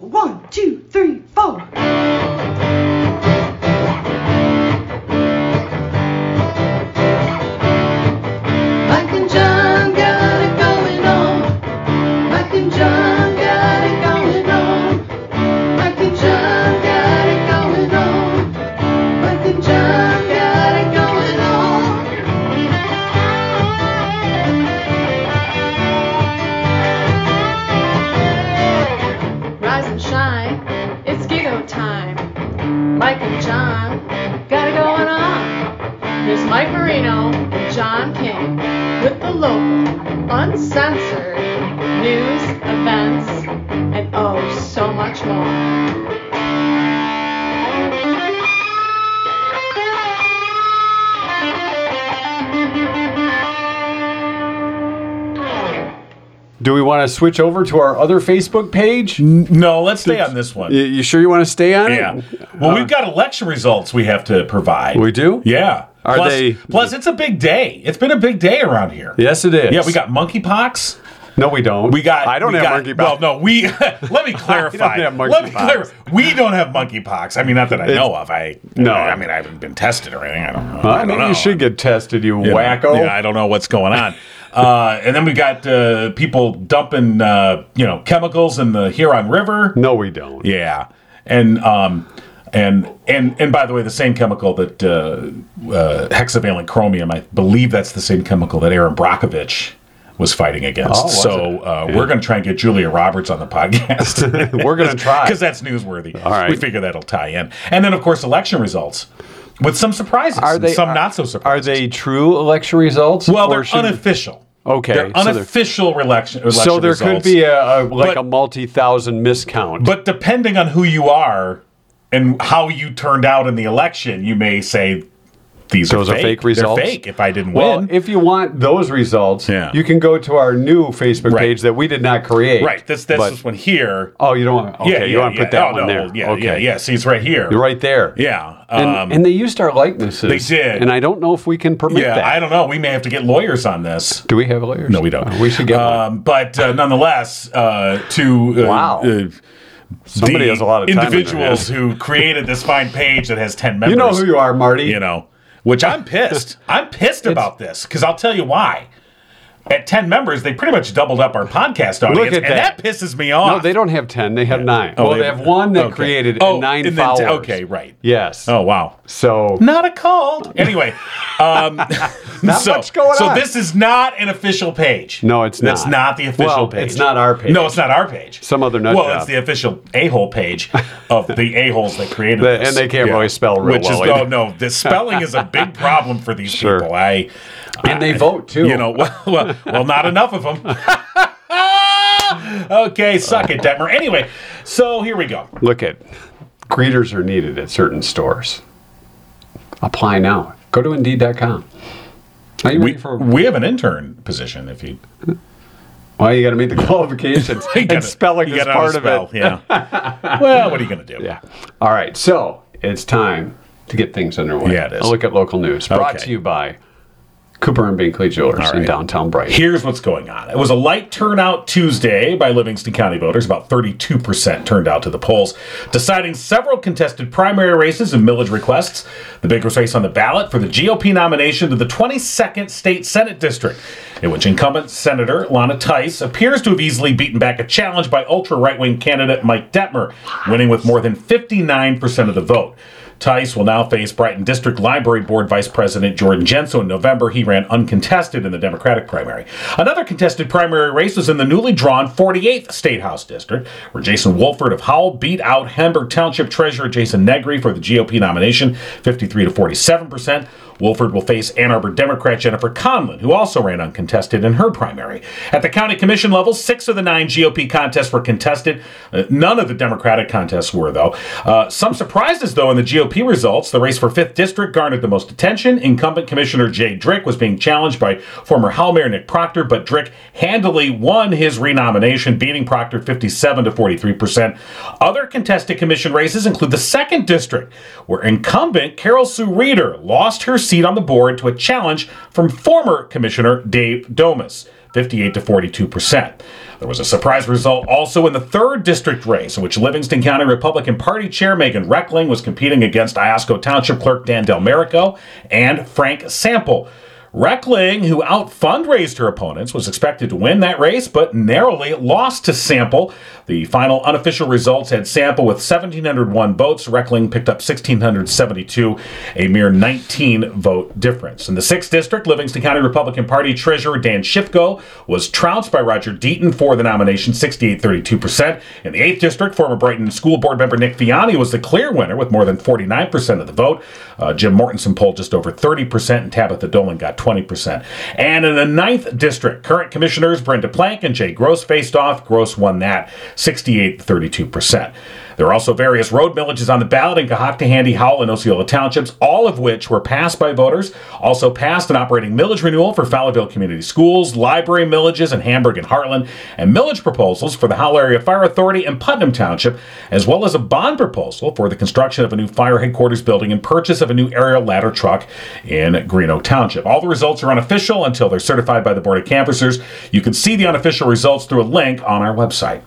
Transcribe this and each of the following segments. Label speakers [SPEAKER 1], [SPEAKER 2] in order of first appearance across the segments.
[SPEAKER 1] One, two, three, four. Mike and John got it going on. Mike and John got it going on. Mike and John got it going on. Mike and John got it going on. Rise and shine, it's Gigo time. Mike and John got it going on. Here's Mike Marino and John King with the local, uncensored news, events, and oh, so much more.
[SPEAKER 2] Do we want to switch over to our other Facebook page?
[SPEAKER 3] No, let's stay on this
[SPEAKER 2] You,
[SPEAKER 3] one.
[SPEAKER 2] you sure you want to stay on
[SPEAKER 3] Yeah.
[SPEAKER 2] it? Uh,
[SPEAKER 3] Well, we've got election results we have to provide.
[SPEAKER 2] We do?
[SPEAKER 3] Yeah.
[SPEAKER 2] Are
[SPEAKER 3] plus,
[SPEAKER 2] they-
[SPEAKER 3] plus, it's a big day. It's been a big day around here.
[SPEAKER 2] Yes, it is.
[SPEAKER 3] Yeah, we got monkeypox.
[SPEAKER 2] No, we don't.
[SPEAKER 3] We got.
[SPEAKER 2] I don't
[SPEAKER 3] we
[SPEAKER 2] have
[SPEAKER 3] got-
[SPEAKER 2] monkey
[SPEAKER 3] Well,
[SPEAKER 2] pox.
[SPEAKER 3] no, we. let me clarify.
[SPEAKER 2] I don't have
[SPEAKER 3] Let me
[SPEAKER 2] monkeypox.
[SPEAKER 3] clarify. We don't have monkeypox. I mean, not that I know of. I
[SPEAKER 2] No.
[SPEAKER 3] I mean, I haven't been tested or anything. I don't know.
[SPEAKER 2] I,
[SPEAKER 3] don't
[SPEAKER 2] mean,
[SPEAKER 3] know.
[SPEAKER 2] you should get tested, you,
[SPEAKER 3] You know,
[SPEAKER 2] wacko.
[SPEAKER 3] yeah, I don't know what's going on. Uh, and then we got uh, people dumping, uh, you know, chemicals in the Huron River.
[SPEAKER 2] no, we don't.
[SPEAKER 3] Yeah, and um, and and and by the way, the same chemical that uh, uh, hexavalent chromium, I believe that's the same chemical that Aaron Brockovich was fighting against.
[SPEAKER 2] Oh, was
[SPEAKER 3] so
[SPEAKER 2] it?
[SPEAKER 3] uh, we're going to try and get Julia Roberts on the podcast.
[SPEAKER 2] We're gonna try.
[SPEAKER 3] because that's newsworthy.
[SPEAKER 2] All right.
[SPEAKER 3] we figure that'll tie in, and then of course election results with some surprises,
[SPEAKER 2] Are
[SPEAKER 3] and
[SPEAKER 2] they-
[SPEAKER 3] some
[SPEAKER 2] are-
[SPEAKER 3] not so
[SPEAKER 2] Are
[SPEAKER 3] surprises.
[SPEAKER 2] they true election results?
[SPEAKER 3] Well,
[SPEAKER 2] or
[SPEAKER 3] they're
[SPEAKER 2] should-
[SPEAKER 3] unofficial.
[SPEAKER 2] Okay,
[SPEAKER 3] they're
[SPEAKER 2] so they're-
[SPEAKER 3] unofficial election. election
[SPEAKER 2] So there could
[SPEAKER 3] results.
[SPEAKER 2] be a, a like
[SPEAKER 3] But-
[SPEAKER 2] a multi-thousand miscount.
[SPEAKER 3] But depending on who you are and how you turned out in the election, you may say these
[SPEAKER 2] Those
[SPEAKER 3] are
[SPEAKER 2] are
[SPEAKER 3] fake,
[SPEAKER 2] fake
[SPEAKER 3] They're
[SPEAKER 2] results?
[SPEAKER 3] fake. If I didn't
[SPEAKER 2] well,
[SPEAKER 3] win,
[SPEAKER 2] if you want those results,
[SPEAKER 3] Yeah.
[SPEAKER 2] you can go to our new Facebook
[SPEAKER 3] Right.
[SPEAKER 2] page that we did not create.
[SPEAKER 3] right? This this
[SPEAKER 2] But-
[SPEAKER 3] is one here.
[SPEAKER 2] Oh, you don't want. Okay,
[SPEAKER 3] yeah,
[SPEAKER 2] you
[SPEAKER 3] yeah,
[SPEAKER 2] want to
[SPEAKER 3] yeah.
[SPEAKER 2] put that
[SPEAKER 3] Oh,
[SPEAKER 2] one
[SPEAKER 3] no,
[SPEAKER 2] there?
[SPEAKER 3] Yeah,
[SPEAKER 2] okay.
[SPEAKER 3] yeah, yeah. See, it's right here.
[SPEAKER 2] You're right there.
[SPEAKER 3] Yeah.
[SPEAKER 2] And,
[SPEAKER 3] Um,
[SPEAKER 2] and they used our likenesses.
[SPEAKER 3] They did.
[SPEAKER 2] And I don't know if we can permit
[SPEAKER 3] yeah.
[SPEAKER 2] that.
[SPEAKER 3] I don't know. We may have to get lawyers on this.
[SPEAKER 2] Do we have lawyers?
[SPEAKER 3] No, we don't.
[SPEAKER 2] Oh, we should get one.
[SPEAKER 3] Um, but uh, nonetheless, uh, to uh,
[SPEAKER 2] Wow.
[SPEAKER 3] uh,
[SPEAKER 2] Somebody
[SPEAKER 3] the
[SPEAKER 2] has a lot of time in their
[SPEAKER 3] individuals who created this fine page that has ten members.
[SPEAKER 2] You know who you are, Marty.
[SPEAKER 3] you know, which I'm pissed. I'm pissed about this because I'll tell you why. At 10 members, they pretty much doubled up our podcast audience,
[SPEAKER 2] at
[SPEAKER 3] and that.
[SPEAKER 2] that.
[SPEAKER 3] pisses me off.
[SPEAKER 2] No, they don't have ten. They have nine.
[SPEAKER 3] Oh,
[SPEAKER 2] well, they, have one that
[SPEAKER 3] okay.
[SPEAKER 2] created
[SPEAKER 3] Oh,
[SPEAKER 2] and nine
[SPEAKER 3] and then
[SPEAKER 2] followers.
[SPEAKER 3] t- okay, right.
[SPEAKER 2] Yes.
[SPEAKER 3] Oh, wow.
[SPEAKER 2] So
[SPEAKER 3] Not a cult. Anyway, um,
[SPEAKER 2] Not
[SPEAKER 3] so,
[SPEAKER 2] much going
[SPEAKER 3] so
[SPEAKER 2] on.
[SPEAKER 3] this is not an official page.
[SPEAKER 2] No, it's
[SPEAKER 3] That's
[SPEAKER 2] not.
[SPEAKER 3] not the official
[SPEAKER 2] Well,
[SPEAKER 3] page.
[SPEAKER 2] it's not our page.
[SPEAKER 3] No, it's not our page.
[SPEAKER 2] Some other nut
[SPEAKER 3] Well,
[SPEAKER 2] job.
[SPEAKER 3] it's the official a-hole page of the a-holes that created
[SPEAKER 2] The-
[SPEAKER 3] this.
[SPEAKER 2] and they can't really spell real
[SPEAKER 3] Which is,
[SPEAKER 2] well either.
[SPEAKER 3] oh, no, the spelling is a big problem for these
[SPEAKER 2] Sure.
[SPEAKER 3] people. I,
[SPEAKER 2] and they vote too.
[SPEAKER 3] you know, well, well, well not enough of them. okay, suck it, Detmer. Anyway, so here we go.
[SPEAKER 2] look at greeters are needed at certain stores. Apply now. Go to Indeed.com. Are you
[SPEAKER 3] We,
[SPEAKER 2] ready for?
[SPEAKER 3] we have an intern position if you
[SPEAKER 2] Well, you got to meet the qualifications
[SPEAKER 3] You gotta-
[SPEAKER 2] and spelling
[SPEAKER 3] you
[SPEAKER 2] is
[SPEAKER 3] gotta know how
[SPEAKER 2] part
[SPEAKER 3] to
[SPEAKER 2] of it.
[SPEAKER 3] spell, Yeah. well, what are you going to do?
[SPEAKER 2] Yeah. All right. So it's time to get things underway.
[SPEAKER 3] Yeah, it is.
[SPEAKER 2] A look at local news brought
[SPEAKER 3] Okay.
[SPEAKER 2] to you by Cooper and Binkley Jewelers in
[SPEAKER 3] right.
[SPEAKER 2] downtown Brighton.
[SPEAKER 3] Here's what's going on. It was a light turnout Tuesday by Livingston County voters. About 32% turned out to the polls, deciding several contested primary races and millage requests. The biggest race on the ballot for the GOP nomination to the 22nd State Senate District, in which incumbent Senator Lana Tice appears to have easily beaten back a challenge by ultra right wing candidate Mike Detmer, winning with more than 59% of the vote. Tice will now face Brighton District Library Board Vice President Jordan Jensen in November. He ran uncontested in the Democratic primary. Another contested primary race was in the newly drawn 48th State House District, where Jason Wolford of Howell beat out Hamburg Township Treasurer Jason Negri for the GOP nomination, 53 to 47 percent. Wolford will face Ann Arbor Democrat Jennifer Conlon, who also ran uncontested in her primary. At the county commission level, six of the nine GOP contests were contested. Uh, none of the Democratic contests were, though. Uh, some surprises, though, in the GOP results. The race for 5th District garnered the most attention. Incumbent Commissioner Jay Drick was being challenged by former Howell Mayor Nick Proctor, but Drick handily won his renomination, beating Proctor 57 to 43%. Other contested commission races include the 2nd District, where incumbent Carol Sue Reeder lost her seat on the board to a challenge from former Commissioner Dave Domas. 58 to 42 percent. There was a surprise result also in the third district race, in which Livingston County Republican Party Chair Megan Reckling was competing against Iosco Township Clerk Dan Delmerico and Frank Sample. Reckling, who out fundraised her opponents, was expected to win that race, but narrowly lost to Sample. The final unofficial results had Sample with 1,701 votes. Reckling picked up 1,672, a mere 19 vote difference. In the 6th District, Livingston County Republican Party Treasurer Dan Shifko was trounced by Roger Deaton for the nomination, 68.32%. In the 8th District, former Brighton School Board member Nick Fiani was the clear winner with more than 49% of the vote. Uh, Jim Mortensen polled just over 30%, and Tabitha Dolan got 20%. And in the 9th District, current commissioners Brenda Plank and Jay Gross faced off. Gross won that 68 32%. There are also various road millages on the ballot in Cohoctahandy, Howell, and Osceola Townships, all of which were passed by voters. Also passed an operating millage renewal for Fallowville Community Schools, library millages in Hamburg and Hartland, and millage proposals for the Howell Area Fire Authority and Putnam Township, as well as a bond proposal for the construction of a new fire headquarters building and purchase of a new aerial ladder truck in Greeno Township. All the results are unofficial until they're certified by the Board of Canvassers. You can see the unofficial results through a link on our website.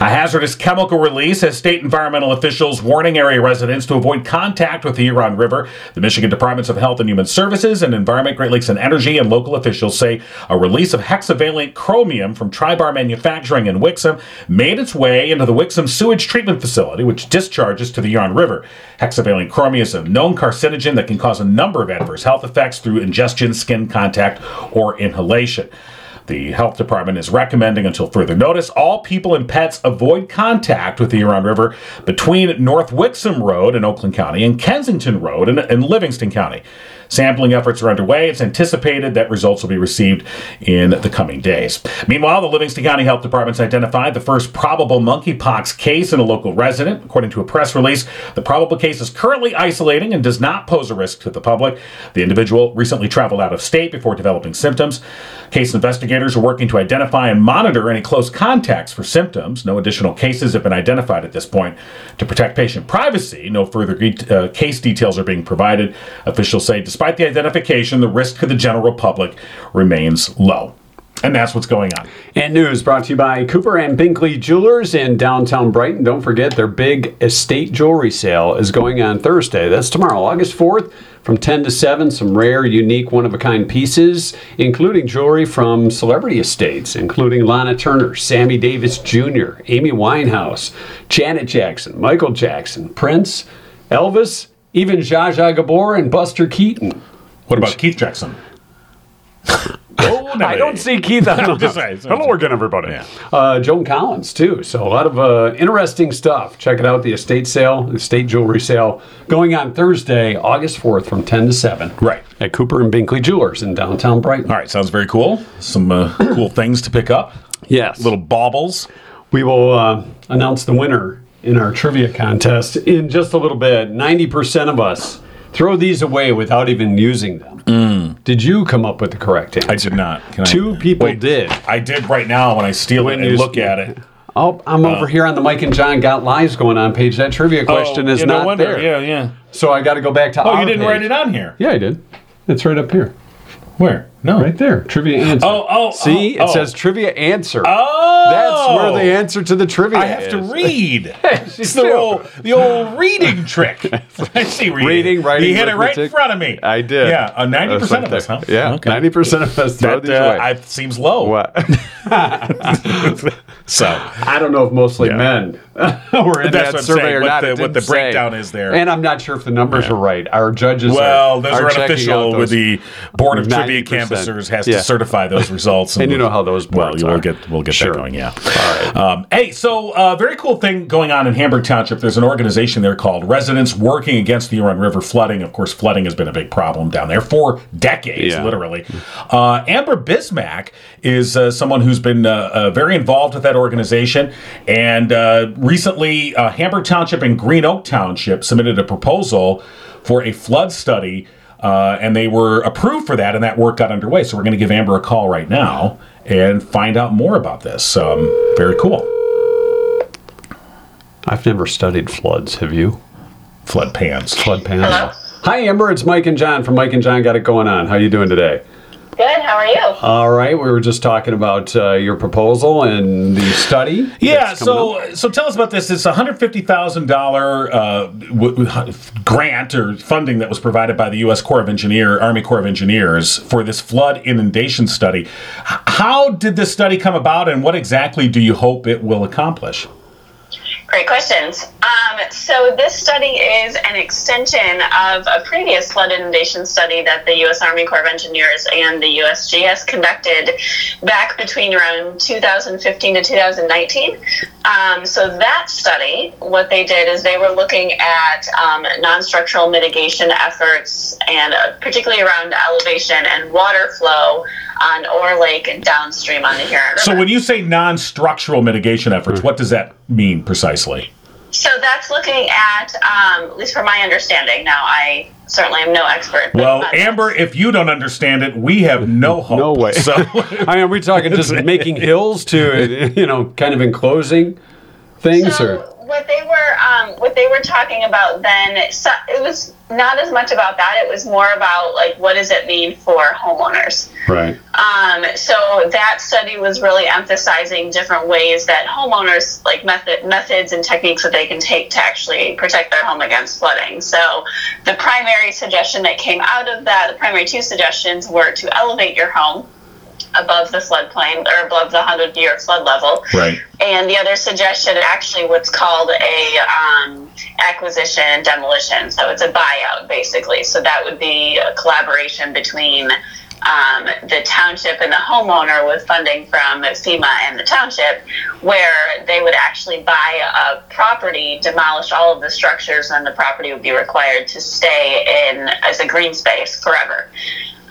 [SPEAKER 3] A hazardous chemical release has state environmental officials warning area residents to avoid contact with the Huron River. The Michigan Departments of Health and Human Services and Environment, Great Lakes and Energy, and local officials say a release of hexavalent chromium from Tribar Manufacturing in Wixom made its way into the Wixom sewage treatment facility, which discharges to the Huron River. Hexavalent chromium is a known carcinogen that can cause a number of adverse health effects through ingestion, skin contact, or inhalation. The health department is recommending until further notice all people and pets avoid contact with the Huron River between North Wixom Road in Oakland County and Kensington Road in, in Livingston County. Sampling efforts are underway. It's anticipated that results will be received in the coming days. Meanwhile, the Livingston County Health Department's identified the first probable monkeypox case in a local resident. According to a press release, the probable case is currently isolating and does not pose a risk to the public. The individual recently traveled out of state before developing symptoms. Case investigators are working to identify and monitor any close contacts for symptoms. No additional cases have been identified at this point. To protect patient privacy, no further uh, case details are being provided. Officials say, despite despite the identification, the risk to the general public remains low. And that's what's going on.
[SPEAKER 2] And news brought to you by Cooper and Binkley Jewelers in downtown Brighton. Don't forget their big estate jewelry sale is going on Thursday. That's tomorrow, August 4th, from 10 to 7. Some rare, unique, one of a kind pieces, including jewelry from celebrity estates, including Lana Turner, Sammy Davis Jr., Amy Winehouse, Janet Jackson, Michael Jackson, Prince, Elvis, even Zsa Zsa Gabor and Buster Keaton.
[SPEAKER 3] What about Keith Jackson?
[SPEAKER 2] Oh, I don't see Keith on
[SPEAKER 3] I'm
[SPEAKER 2] the
[SPEAKER 3] just saying.
[SPEAKER 2] Hello again, everybody.
[SPEAKER 3] Yeah.
[SPEAKER 2] Uh, Joan Collins, too. So a lot of uh, interesting stuff. Check it out, the estate sale, the estate jewelry sale, going on Thursday, August 4th from 10 to 7.
[SPEAKER 3] Right.
[SPEAKER 2] At Cooper and Binkley Jewelers in downtown Brighton.
[SPEAKER 3] All right, sounds very cool. Some uh, cool things to pick up.
[SPEAKER 2] Yes.
[SPEAKER 3] Little baubles.
[SPEAKER 2] We will uh, announce the winner in our trivia contest in just a little bit. 90% of us throw these away without even using them. Did you come up with the correct answer?
[SPEAKER 3] Mm. I did not. Can I-
[SPEAKER 2] Two people
[SPEAKER 3] Wait,
[SPEAKER 2] did.
[SPEAKER 3] I did right now when I steal it
[SPEAKER 2] you
[SPEAKER 3] and look
[SPEAKER 2] steal-
[SPEAKER 3] at it.
[SPEAKER 2] Oh, I'm over here on the Mike and John Got Lives going on page. That trivia question
[SPEAKER 3] Uh. Oh,
[SPEAKER 2] is
[SPEAKER 3] yeah, no
[SPEAKER 2] not
[SPEAKER 3] wonder.
[SPEAKER 2] there.
[SPEAKER 3] Yeah, yeah.
[SPEAKER 2] So I got to go back to.
[SPEAKER 3] Oh, you didn't write it on here.
[SPEAKER 2] Yeah, I did. It's right up here,
[SPEAKER 3] Where? No.
[SPEAKER 2] right there. Trivia answer.
[SPEAKER 3] Oh, oh,
[SPEAKER 2] See,
[SPEAKER 3] oh,
[SPEAKER 2] it
[SPEAKER 3] oh.
[SPEAKER 2] says trivia answer.
[SPEAKER 3] Oh,
[SPEAKER 2] That's where the answer to the trivia.
[SPEAKER 3] I have to
[SPEAKER 2] is.
[SPEAKER 3] read. it's
[SPEAKER 2] do.
[SPEAKER 3] the old, the old reading trick. I see reading.
[SPEAKER 2] Reading, writing,
[SPEAKER 3] He hit it right in
[SPEAKER 2] arithmetic.
[SPEAKER 3] front of me.
[SPEAKER 2] I did.
[SPEAKER 3] Yeah, uh, 90% of us, huh?
[SPEAKER 2] Yeah,
[SPEAKER 3] Okay.
[SPEAKER 2] ninety percent of us throw
[SPEAKER 3] That
[SPEAKER 2] these
[SPEAKER 3] uh,
[SPEAKER 2] away.
[SPEAKER 3] I, seems low.
[SPEAKER 2] what?
[SPEAKER 3] So
[SPEAKER 2] I don't know if mostly men were in
[SPEAKER 3] That's what
[SPEAKER 2] that
[SPEAKER 3] I'm
[SPEAKER 2] survey
[SPEAKER 3] saying,
[SPEAKER 2] or
[SPEAKER 3] what
[SPEAKER 2] not.
[SPEAKER 3] the-
[SPEAKER 2] It
[SPEAKER 3] what the
[SPEAKER 2] didn't say.
[SPEAKER 3] breakdown is there.
[SPEAKER 2] and I'm not sure if the numbers are right. Our judges.
[SPEAKER 3] well,
[SPEAKER 2] are,
[SPEAKER 3] those
[SPEAKER 2] are
[SPEAKER 3] are
[SPEAKER 2] checking out
[SPEAKER 3] unofficial.
[SPEAKER 2] those.
[SPEAKER 3] With the board of trivia
[SPEAKER 2] 90%.
[SPEAKER 3] canvassers has
[SPEAKER 2] Yeah.
[SPEAKER 3] to certify those results,
[SPEAKER 2] And you know how those
[SPEAKER 3] Well,
[SPEAKER 2] boards
[SPEAKER 3] you will
[SPEAKER 2] are.
[SPEAKER 3] get we'll get
[SPEAKER 2] Sure.
[SPEAKER 3] that going. Yeah. Um, hey, so uh, very cool thing going on in Hamburg Township. There's an organization there called Residents Working Against the Huron River Flooding. Of course, flooding has been a big problem down there for decades,
[SPEAKER 2] Yeah.
[SPEAKER 3] literally. Uh, Amber Bismack is uh, someone who's been uh, uh, very involved with that organization, and uh, recently uh, Hamburg Township and Green Oak Township submitted a proposal for a flood study. Uh, and they were approved for that, and that work got underway. So we're going to give Amber a call right now and find out more about this. Um, very cool.
[SPEAKER 2] I've never studied floods. Have you?
[SPEAKER 3] Flood pans.
[SPEAKER 2] Flood panel. Hi, Amber. It's Mike and John from Mike and John Got It Going On. How you doing today?
[SPEAKER 4] Good. How are you?
[SPEAKER 2] All right, we were just talking about uh, your proposal and the study.
[SPEAKER 3] Yeah,
[SPEAKER 2] that's coming
[SPEAKER 3] so
[SPEAKER 2] up.
[SPEAKER 3] so tell us about this. It's a hundred fifty thousand uh, w- w- hu- grant or funding that was provided by the U.S. Corps of Engineer, Army Corps of Engineers, for this flood inundation study. H- How did this study come about, and what exactly do you hope it will accomplish?
[SPEAKER 4] Great questions. Um, so this study is an extension of a previous flood inundation study that the U.S. Army Corps of Engineers and the USGS conducted back between around 2015 to 2019. Um, so that study, what they did is they were looking at um, non-structural mitigation efforts and uh, particularly around elevation and water flow on Orr Lake and downstream on the Huron River.
[SPEAKER 3] So when you say non-structural mitigation efforts, what does that mean precisely?
[SPEAKER 4] So that's looking at, um, at least from my understanding. Now, I certainly am no expert. but-
[SPEAKER 3] Well,
[SPEAKER 4] but-
[SPEAKER 3] Amber, if you don't understand it, we have no hope.
[SPEAKER 2] no way.
[SPEAKER 3] So
[SPEAKER 2] I mean, are we talking just making hills to you know, kind of enclosing things,
[SPEAKER 4] so
[SPEAKER 2] or
[SPEAKER 4] what they were um, what they were talking about then, so it was not as much about that. It was more about like what does it mean for homeowners.
[SPEAKER 2] right?
[SPEAKER 4] Um, so that study was really emphasizing different ways that homeowners like method, methods and techniques that they can take to actually protect their home against flooding. So the primary suggestion that came out of that, the primary two suggestions were to elevate your home above the floodplain or above the 100 year flood level.
[SPEAKER 3] right.
[SPEAKER 4] And the other suggestion, actually, what's called a um, acquisition and demolition. So it's a buyout, basically. So that would be a collaboration between um, the township and the homeowner with funding from FEMA and the township, where they would actually buy a property, demolish all of the structures, and the property would be required to stay in as a green space forever.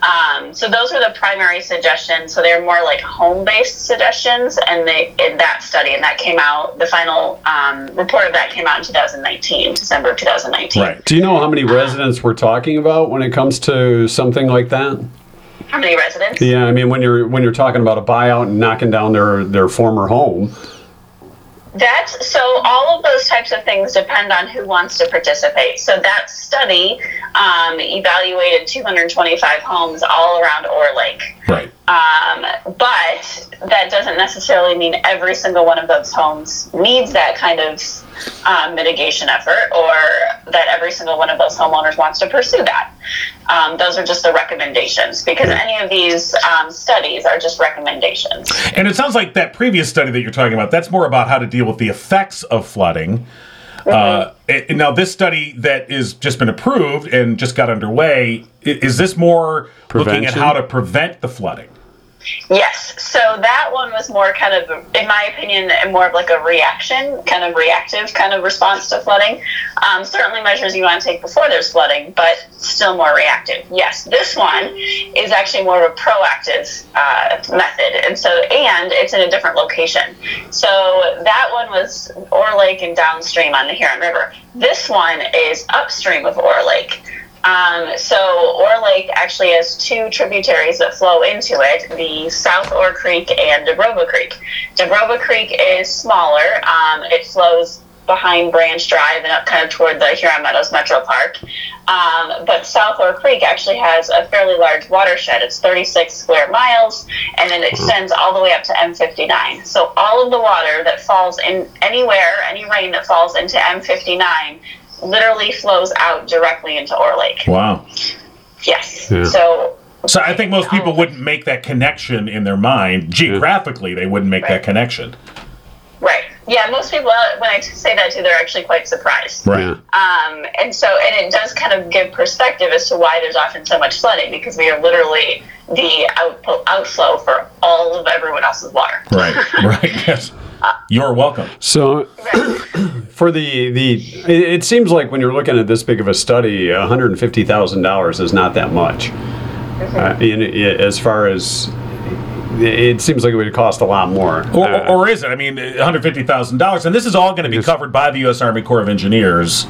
[SPEAKER 4] Um, so those were the primary suggestions. So they're more like home-based suggestions, and they in that study, and that came out. The final um, report of that came out in 2019, December of 2019.
[SPEAKER 3] Right.
[SPEAKER 2] Do you know how many residents we're talking about when it comes to something like that?
[SPEAKER 4] How many residents?
[SPEAKER 2] Yeah, I mean, when you're when you're talking about a buyout and knocking down their their former home,
[SPEAKER 4] That's so all of those types of things depend on who wants to participate. So that study um, evaluated 225 homes all around Orr Lake.
[SPEAKER 3] Right.
[SPEAKER 4] Um, but that doesn't necessarily mean every single one of those homes needs that kind of um, mitigation effort or that every single one of those homeowners wants to pursue that. Um, those are just the recommendations because any of these um, studies are just recommendations.
[SPEAKER 3] And it sounds like that previous study that you're talking about, that's more about how to deal with the effects of flooding.
[SPEAKER 2] Uh-huh.
[SPEAKER 3] Uh, it- and now, this study that is just been approved and just got underway, i- is this more looking at
[SPEAKER 2] Prevention?
[SPEAKER 3] how to prevent the flooding?
[SPEAKER 4] Yes. So that one was more kind of, in my opinion, and more of like a reaction, kind of reactive kind of response to flooding. Um, certainly measures you want to take before there's flooding, but still more reactive. Yes. This one is actually more of a proactive uh, method. And so, and it's in a different location. So that one was Orr Lake and downstream on the Huron River. This one is upstream of Orr Lake. Um, so Orr Lake actually has two tributaries that flow into it: the South Orr Creek and Debrova Creek. Debrova Creek is smaller; um, it flows behind Branch Drive and up kind of toward the Huron Meadows Metro Park. Um, but South Orr Creek actually has a fairly large watershed. It's 36 square miles, and then it extends all the way up to M59. So all of the water that falls in anywhere, any rain that falls into M59 literally flows out directly into Orr Lake.
[SPEAKER 3] Wow.
[SPEAKER 4] Yes.
[SPEAKER 2] Yeah.
[SPEAKER 4] So
[SPEAKER 3] So I think most people wouldn't make that connection in their mind. Geographically, they wouldn't make that
[SPEAKER 4] Right.
[SPEAKER 3] connection.
[SPEAKER 4] right. Yeah, most people uh, when I t- say that too, they're actually quite surprised.
[SPEAKER 2] Yeah.
[SPEAKER 4] Um, and so, and it does kind of give perspective as to why there's often so much flooding because we are literally the outpo- outflow for all of everyone else's water.
[SPEAKER 3] Right. right. Yes. You're welcome.
[SPEAKER 2] So, for the the, it, it seems like when you're looking at this big of a study, one hundred and fifty thousand dollars is not that much. Uh, in, i as far as it seems like it would cost a lot more.
[SPEAKER 3] Or,
[SPEAKER 2] Uh,
[SPEAKER 3] or is it? I mean, $150,000. And this is all going to be
[SPEAKER 2] Yes.
[SPEAKER 3] covered by the U.S. Army Corps of Engineers.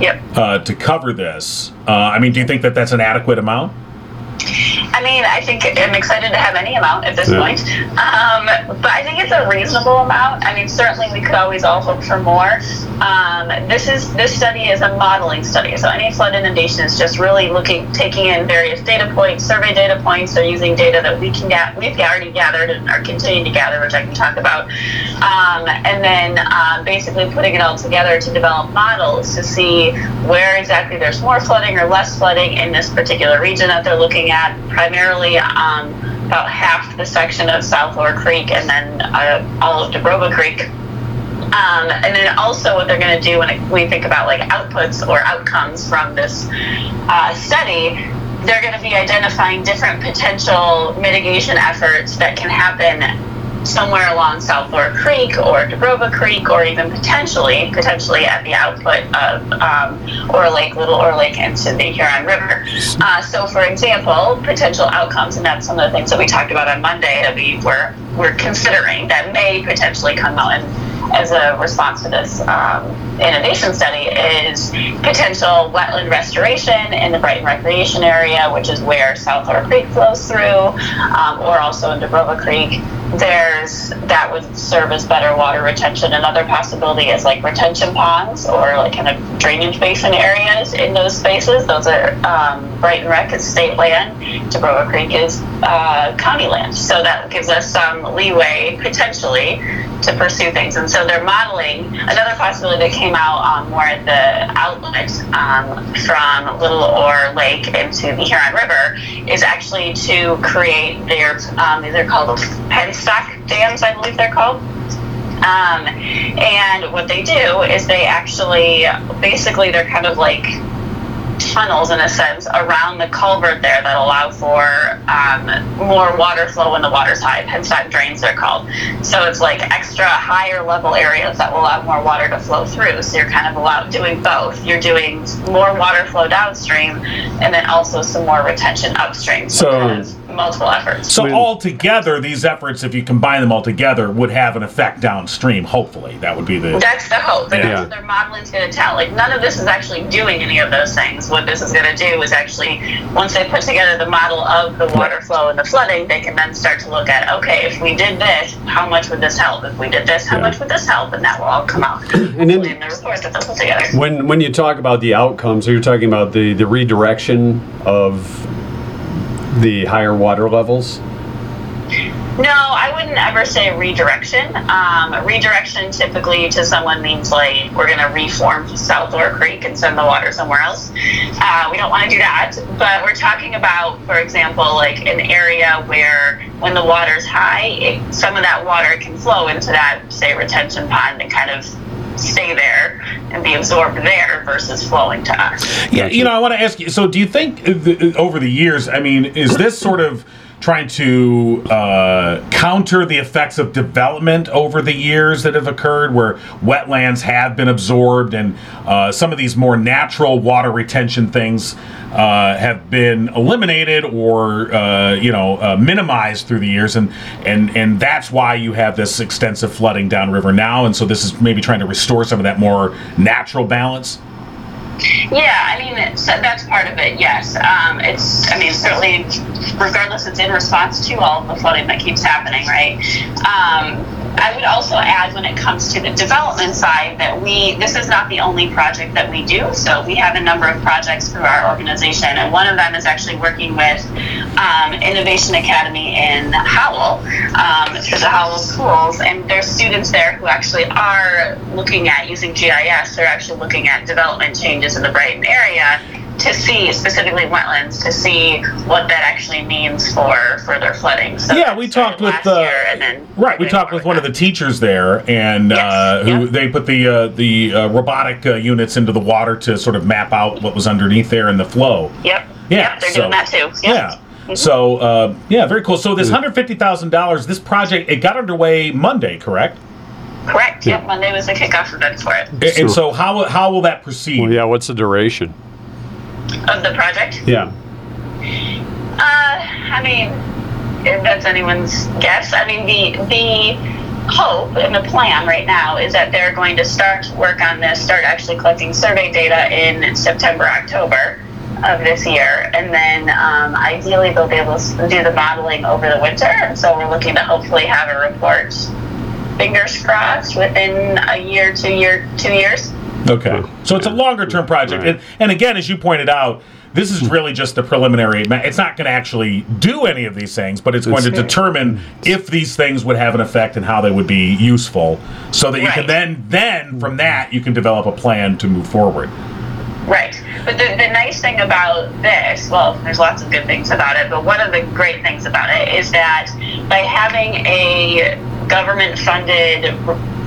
[SPEAKER 4] Yep.
[SPEAKER 3] uh, to cover this. Uh, I mean, do you think that that's an adequate amount?
[SPEAKER 4] I mean, I think I'm excited to have any amount at this
[SPEAKER 2] Yeah.
[SPEAKER 4] point. Um, but I think it's a reasonable amount. I mean, certainly we could always all hope for more. Um, this is this study is a modeling study, so any flood inundation is just really looking, taking in various data points, survey data points. They're using data that we can get, we've already gathered and are continuing to gather, which I can talk about, um, and then um, basically putting it all together to develop models to see where exactly there's more flooding or less flooding in this particular region that they're looking at, primarily um, about half the section of South Lower Creek and then uh, all of DeBroba Creek. Um, and then also what they're going to do when it, we think about like outputs or outcomes from this uh, study, they're going to be identifying different potential mitigation efforts that can happen somewhere along South Lower Creek or Debrova Creek, or even potentially, potentially at the output of um, Or Lake, Little Or Lake, into the Huron River. Uh, so, for example, potential outcomes, and that's some of the things that we talked about on Monday that we were we're considering that may potentially come out and as a response to this um, inundation study is potential wetland restoration in the Brighton Recreation Area, which is where South Lower Creek flows through, um, or also in Debrova Creek. There's that would serve as better water retention. Another possibility is like retention ponds or like kind of drainage basin areas in those spaces. Those are um, Brighton Rec is state land, Debrova Creek is uh, county land. So that gives us some leeway potentially to pursue things. And so they're modeling another possibility that came out um, more at the outlet um, from Little Or Lake into the Huron River is actually to create their, um, these are called penstock dams, I believe they're called. Um, and what they do is they actually, basically, they're kind of like tunnels in a sense around the culvert there that allow for um, more water flow when the water's high. Penstock drains, they're called. So it's like extra higher level areas that will allow more water to flow through. So you're kind of allowed doing both. You're doing more water flow downstream, and then also some more retention upstream.
[SPEAKER 2] So-
[SPEAKER 4] So, kind of multiple efforts.
[SPEAKER 3] So
[SPEAKER 2] When-
[SPEAKER 3] altogether, these efforts, if you combine them all together, would have an effect downstream. Hopefully, that would be the.
[SPEAKER 4] That's the hope. And
[SPEAKER 2] Yeah.
[SPEAKER 4] that's what their modeling's going to tell. Like, none of this is actually doing any of those things. What this is going to do is actually, once they put together the model of the water flow and the flooding, they can then start to look at, okay, if we did this, how much would this help? If we did this, how
[SPEAKER 2] Yeah.
[SPEAKER 4] much would this help? And that will all come out
[SPEAKER 2] And
[SPEAKER 4] and
[SPEAKER 2] then-
[SPEAKER 4] in the report that they'll put together.
[SPEAKER 2] When when you talk about the outcomes, are you talking about the, the redirection of the higher water levels?
[SPEAKER 4] No, I wouldn't ever say redirection. Um, redirection typically to someone means like we're going to reform South Door Creek and send the water somewhere else. Uh, we don't want to do that, but we're talking about, for example, like an area where when the water's high, it, some of that water can flow into that, say, retention pond and kind of stay there and be absorbed there versus flowing to us.
[SPEAKER 3] Yeah, you know, I want to ask you. So, do you think uh, th- over the years, I mean, is this sort of trying to uh, counter the effects of development over the years that have occurred, where wetlands have been absorbed and uh, some of these more natural water retention things uh, have been eliminated or uh, you know uh, minimized through the years, and and and that's why you have this extensive flooding downriver now, and so this is maybe trying to restore some of that more natural balance.
[SPEAKER 4] Yeah, I mean, it's, that's part of it, yes. Um, it's, I mean, certainly, regardless, it's in response to all of the flooding that keeps happening, right? Um, I would also add when it comes to the development side that we, this is not the only project that we do. So we have a number of projects through our organization, and one of them is actually working with um, Innovation Academy in Howell, um, through the Howell schools. And there's students there who actually are looking at using GIS, they're actually looking at development changes in the Brighton area to see specifically wetlands to see what that actually means for further flooding. So
[SPEAKER 3] Yeah,
[SPEAKER 4] that
[SPEAKER 3] we
[SPEAKER 4] started
[SPEAKER 3] talked with
[SPEAKER 4] last
[SPEAKER 3] the-
[SPEAKER 4] year and then
[SPEAKER 3] Right, we
[SPEAKER 4] they
[SPEAKER 3] talked with one of the teachers there, and uh,
[SPEAKER 4] Yes,
[SPEAKER 3] who
[SPEAKER 4] yeah.
[SPEAKER 3] they put the uh, the uh, robotic uh, units into the water to sort of map out what was underneath there and the flow.
[SPEAKER 4] Yep.
[SPEAKER 3] Yeah,
[SPEAKER 4] Yep, they're
[SPEAKER 3] so-
[SPEAKER 4] doing that too. Yep. Mm-hmm.
[SPEAKER 3] Yeah. So uh, yeah, very cool. So this hundred fifty thousand dollars, this project, it got underway Monday, correct?
[SPEAKER 4] Correct. Yep. Monday was the kickoff event for it
[SPEAKER 3] And- And
[SPEAKER 2] Sure.
[SPEAKER 3] so how how will that proceed?
[SPEAKER 2] yeah, what's the duration?
[SPEAKER 4] of the project.
[SPEAKER 2] Yeah.
[SPEAKER 4] Uh, I mean, if that's anyone's guess. I mean, the the hope and the plan right now is that they're going to start work on this, start actually collecting survey data in September, October. of this year, and then um, ideally they'll be able to do the modeling over the winter. And so we're looking to hopefully have a report. Fingers crossed, within a year, two year, two years.
[SPEAKER 3] Okay. So it's a longer term project.
[SPEAKER 2] Right.
[SPEAKER 3] And, and again, as you pointed out, this is really just the preliminary. ma- It's not going to actually do any of these things, but it's going to
[SPEAKER 2] It's-
[SPEAKER 3] determine if these things would have an effect and how they would be useful, so that you can
[SPEAKER 4] Right.
[SPEAKER 3] then, then from that, you can develop a plan to move forward.
[SPEAKER 4] Right. But the, the nice thing about this, well, there's lots of good things about it, but one of the great things about it is that by having a government funded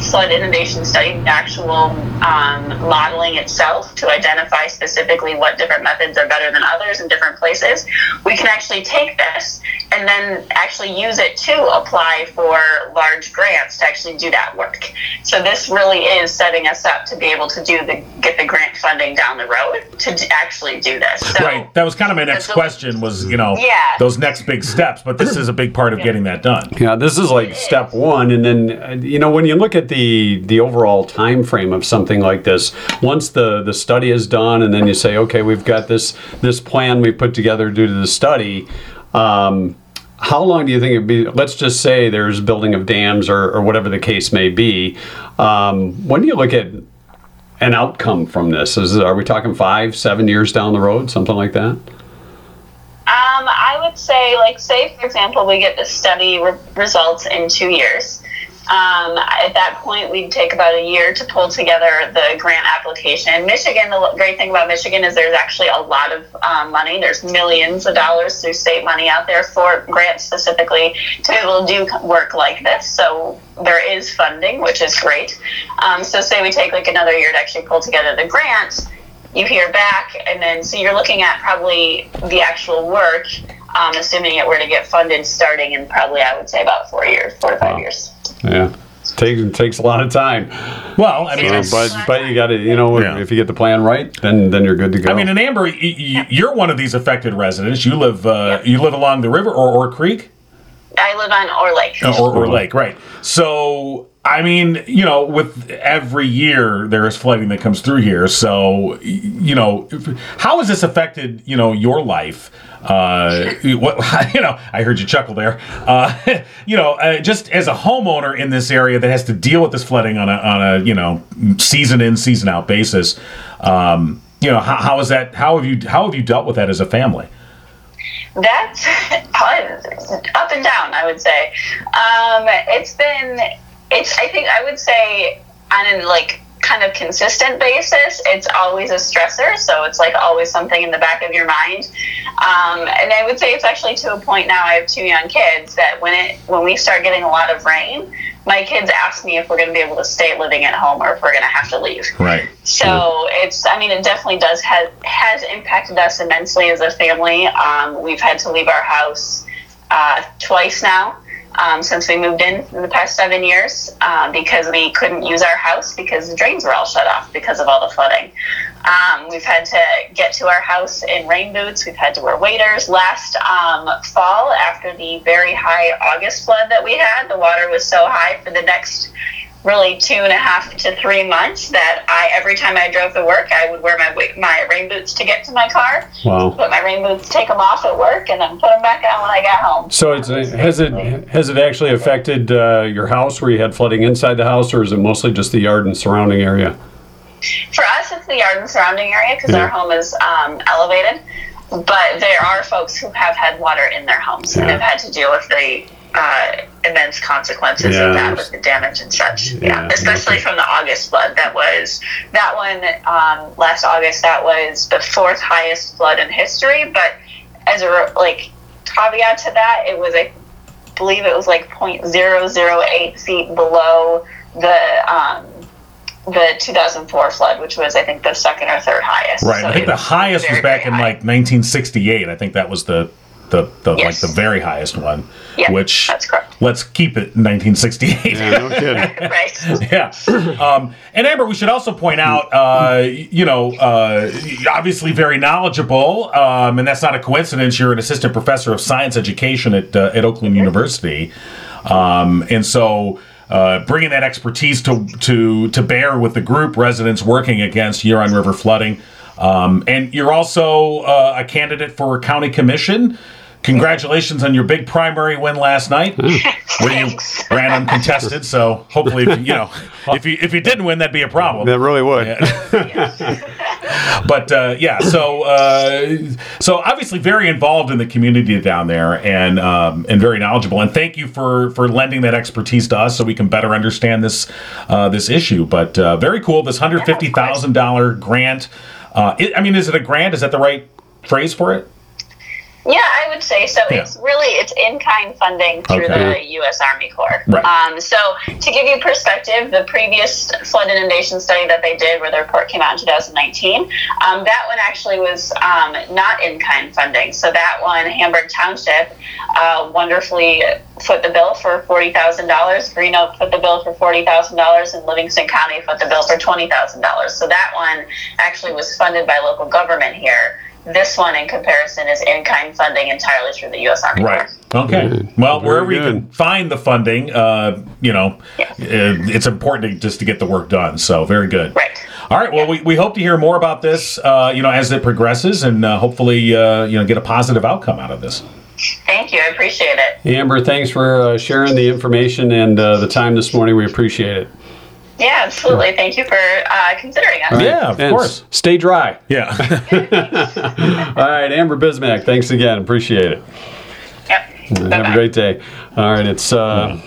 [SPEAKER 4] flood inundation study, the actual um, modeling itself to identify specifically what different methods are better than others in different places, we can actually take this and then actually use it to apply for large grants to actually do that work. So this really is setting us up to be able to do the get the grant funding down the road to d- actually do this. So
[SPEAKER 3] right. That was kind of my next
[SPEAKER 4] So-
[SPEAKER 3] question. Was you know
[SPEAKER 4] Yeah.
[SPEAKER 3] those next big steps, but this is a big part of getting that done.
[SPEAKER 2] Yeah, this is like step one, and then uh, you know when you look at the the overall time frame of something like this, once the the study is done, and then you say, okay, we've got this this plan we put together due to the study. Um, how long do you think it'd be? Let's just say there's building of dams or, or whatever the case may be. Um, when do you look at an outcome from this? Is are we talking five, seven years down the road, something like that?
[SPEAKER 4] Um, I would say, like, say for example, we get the study re- results in two years. Um, at that point, we'd take about a year to pull together the grant application. Michigan, the lo- great thing about Michigan is there's actually a lot of um, money. There's millions of dollars through state money out there for grants specifically to be able to do c- work like this. So there is funding, which is great. Um, so say we take like another year to actually pull together the grants you hear back, and then so you're looking at probably the actual work, um, assuming it were to get funded, starting in probably I would say about four years, four to five
[SPEAKER 2] Wow.
[SPEAKER 4] years.
[SPEAKER 2] Yeah, takes takes a lot of time.
[SPEAKER 3] Well, I mean,
[SPEAKER 4] Yeah,
[SPEAKER 3] it's-
[SPEAKER 2] but but you got to you know
[SPEAKER 3] Yeah.
[SPEAKER 2] if you get the plan right, then then you're good to go.
[SPEAKER 3] I mean, and Amber, y- y- you're one of these affected residents. You live uh, you live along the river or or creek
[SPEAKER 4] I live on Orr Lake.
[SPEAKER 3] Uh, or, or lake, right? So I mean, you know, with every year there is flooding that comes through here. So y- you know, if- how has this affected you know your life? Uh, what you know, I heard you chuckle there. Uh, you know, uh, just as a homeowner in this area that has to deal with this flooding on a on a you know season in season out basis. Um, you know, how, how is that? How have you how have you dealt with that as a family?
[SPEAKER 4] That's up and down, I would say. Um, it's been, it's. I think I would say on a like kind of consistent basis, it's always a stressor. So it's like always something in the back of your mind. Um, and I would say it's actually to a point now. I have two young kids that when it when we start getting a lot of rain, my kids ask me if we're going to be able to stay living at home or if we're going to have to leave.
[SPEAKER 3] Right.
[SPEAKER 4] So it's, I mean, it definitely does has has impacted us immensely as a family. Um, we've had to leave our house uh, twice now um, since we moved in in the past seven years um, because we couldn't use our house because the drains were all shut off because of all the flooding. Um, we've had to get to our house in rain boots. We've had to wear waders. Last um, fall, after the very high August flood that we had, the water was so high for the next really two and a half to three months that I every time I drove to work I would wear my wa- my rain boots to get to my car,
[SPEAKER 2] wow.
[SPEAKER 4] put my rain boots, take them off at work, and then put them back on when I got home.
[SPEAKER 2] So it's has it has it actually affected uh, your house where you had flooding inside the house, or is it mostly just the yard and surrounding area?
[SPEAKER 4] For us, it's the yard and surrounding area because our
[SPEAKER 2] Yeah.
[SPEAKER 4] home is um, elevated, but there are folks who have had water in their homes and
[SPEAKER 2] Yeah.
[SPEAKER 4] have had to deal with the. Uh, immense consequences
[SPEAKER 2] Yeah,
[SPEAKER 4] of
[SPEAKER 2] I
[SPEAKER 4] that with the damage and such.
[SPEAKER 2] Yeah,
[SPEAKER 4] Yeah, especially
[SPEAKER 2] okay.
[SPEAKER 4] from the August flood. That was that one um, last August. That was the fourth highest flood in history. But as a re- like caveat to that, it was I believe it was like 0.008 feet below the um, the 2004 flood, which was I think the second or third highest.
[SPEAKER 3] Right.
[SPEAKER 4] So
[SPEAKER 3] I think
[SPEAKER 4] it
[SPEAKER 3] the highest was
[SPEAKER 4] very,
[SPEAKER 3] back
[SPEAKER 4] very
[SPEAKER 3] in
[SPEAKER 4] high.
[SPEAKER 3] like 1968. I think that was the the, the
[SPEAKER 4] Yes.
[SPEAKER 3] like the very highest one.
[SPEAKER 4] Yeah,
[SPEAKER 3] which
[SPEAKER 4] that's correct.
[SPEAKER 3] let's keep it 1968. Yeah.
[SPEAKER 2] no kidding.
[SPEAKER 4] right.
[SPEAKER 3] Um, and Amber, we should also point out, uh, you know, uh, obviously very knowledgeable, um, and that's not a coincidence. You're an assistant professor of science education at uh, at Oakland University, um, and so. Uh, bringing that expertise to, to to bear with the group residents working against Huron River flooding, Um, and you're also uh, a candidate for county commission. Congratulations on your big primary win last night, where you
[SPEAKER 4] Thanks.
[SPEAKER 3] ran uncontested. So hopefully, if, you you know, if you if you didn't win, that'd be a problem.
[SPEAKER 2] That really would.
[SPEAKER 3] but uh, yeah, so uh, so obviously very involved in the community down there, and um, and very knowledgeable. And thank you for for lending that expertise to us, so we can better understand this uh, this issue. But uh, very cool. This hundred fifty thousand dollar grant. Uh, it, I mean, is it a grant? Is that the right phrase for it?
[SPEAKER 4] Yeah, I would say so.
[SPEAKER 3] Yeah.
[SPEAKER 4] It's really it's in kind funding through
[SPEAKER 3] Okay.
[SPEAKER 4] the U.S. Army Corps.
[SPEAKER 3] Right.
[SPEAKER 4] Um, so to give you perspective, the previous flood inundation study that they did, where the report came out in 2019, um, that one actually was um, not in kind funding. So that one, Hamburg Township, uh, wonderfully put the bill for forty thousand dollars. Green Oak put the bill for forty thousand dollars, and Livingston County put the bill for twenty thousand dollars. So that one actually was funded by local government here. This one, in comparison, is in-kind funding entirely through the U.S. Army.
[SPEAKER 3] Right.
[SPEAKER 4] Corps.
[SPEAKER 3] Okay.
[SPEAKER 2] Good.
[SPEAKER 3] Well,
[SPEAKER 2] Very
[SPEAKER 3] wherever you
[SPEAKER 2] good.
[SPEAKER 3] can find the funding, uh, you know,
[SPEAKER 4] Yeah.
[SPEAKER 3] uh, it's important to, just to get the work done. So very good.
[SPEAKER 4] Right.
[SPEAKER 3] All right. Well, we, we hope to hear more about this, uh, you know, as it progresses, and uh, hopefully, uh, you know, get a positive outcome out of this.
[SPEAKER 4] Thank you. I appreciate it.
[SPEAKER 2] Amber, thanks for uh, sharing the information and uh, the time this morning. We appreciate it.
[SPEAKER 4] Yeah, absolutely. Thank you for uh, considering us.
[SPEAKER 3] Yeah, of
[SPEAKER 2] And
[SPEAKER 3] course.
[SPEAKER 2] s- Stay dry.
[SPEAKER 3] Yeah.
[SPEAKER 2] All right, Amber Bismack, thanks again. Appreciate it.
[SPEAKER 4] Yep.
[SPEAKER 2] Have a
[SPEAKER 4] Bye-bye.
[SPEAKER 2] great day. All right, it's uh,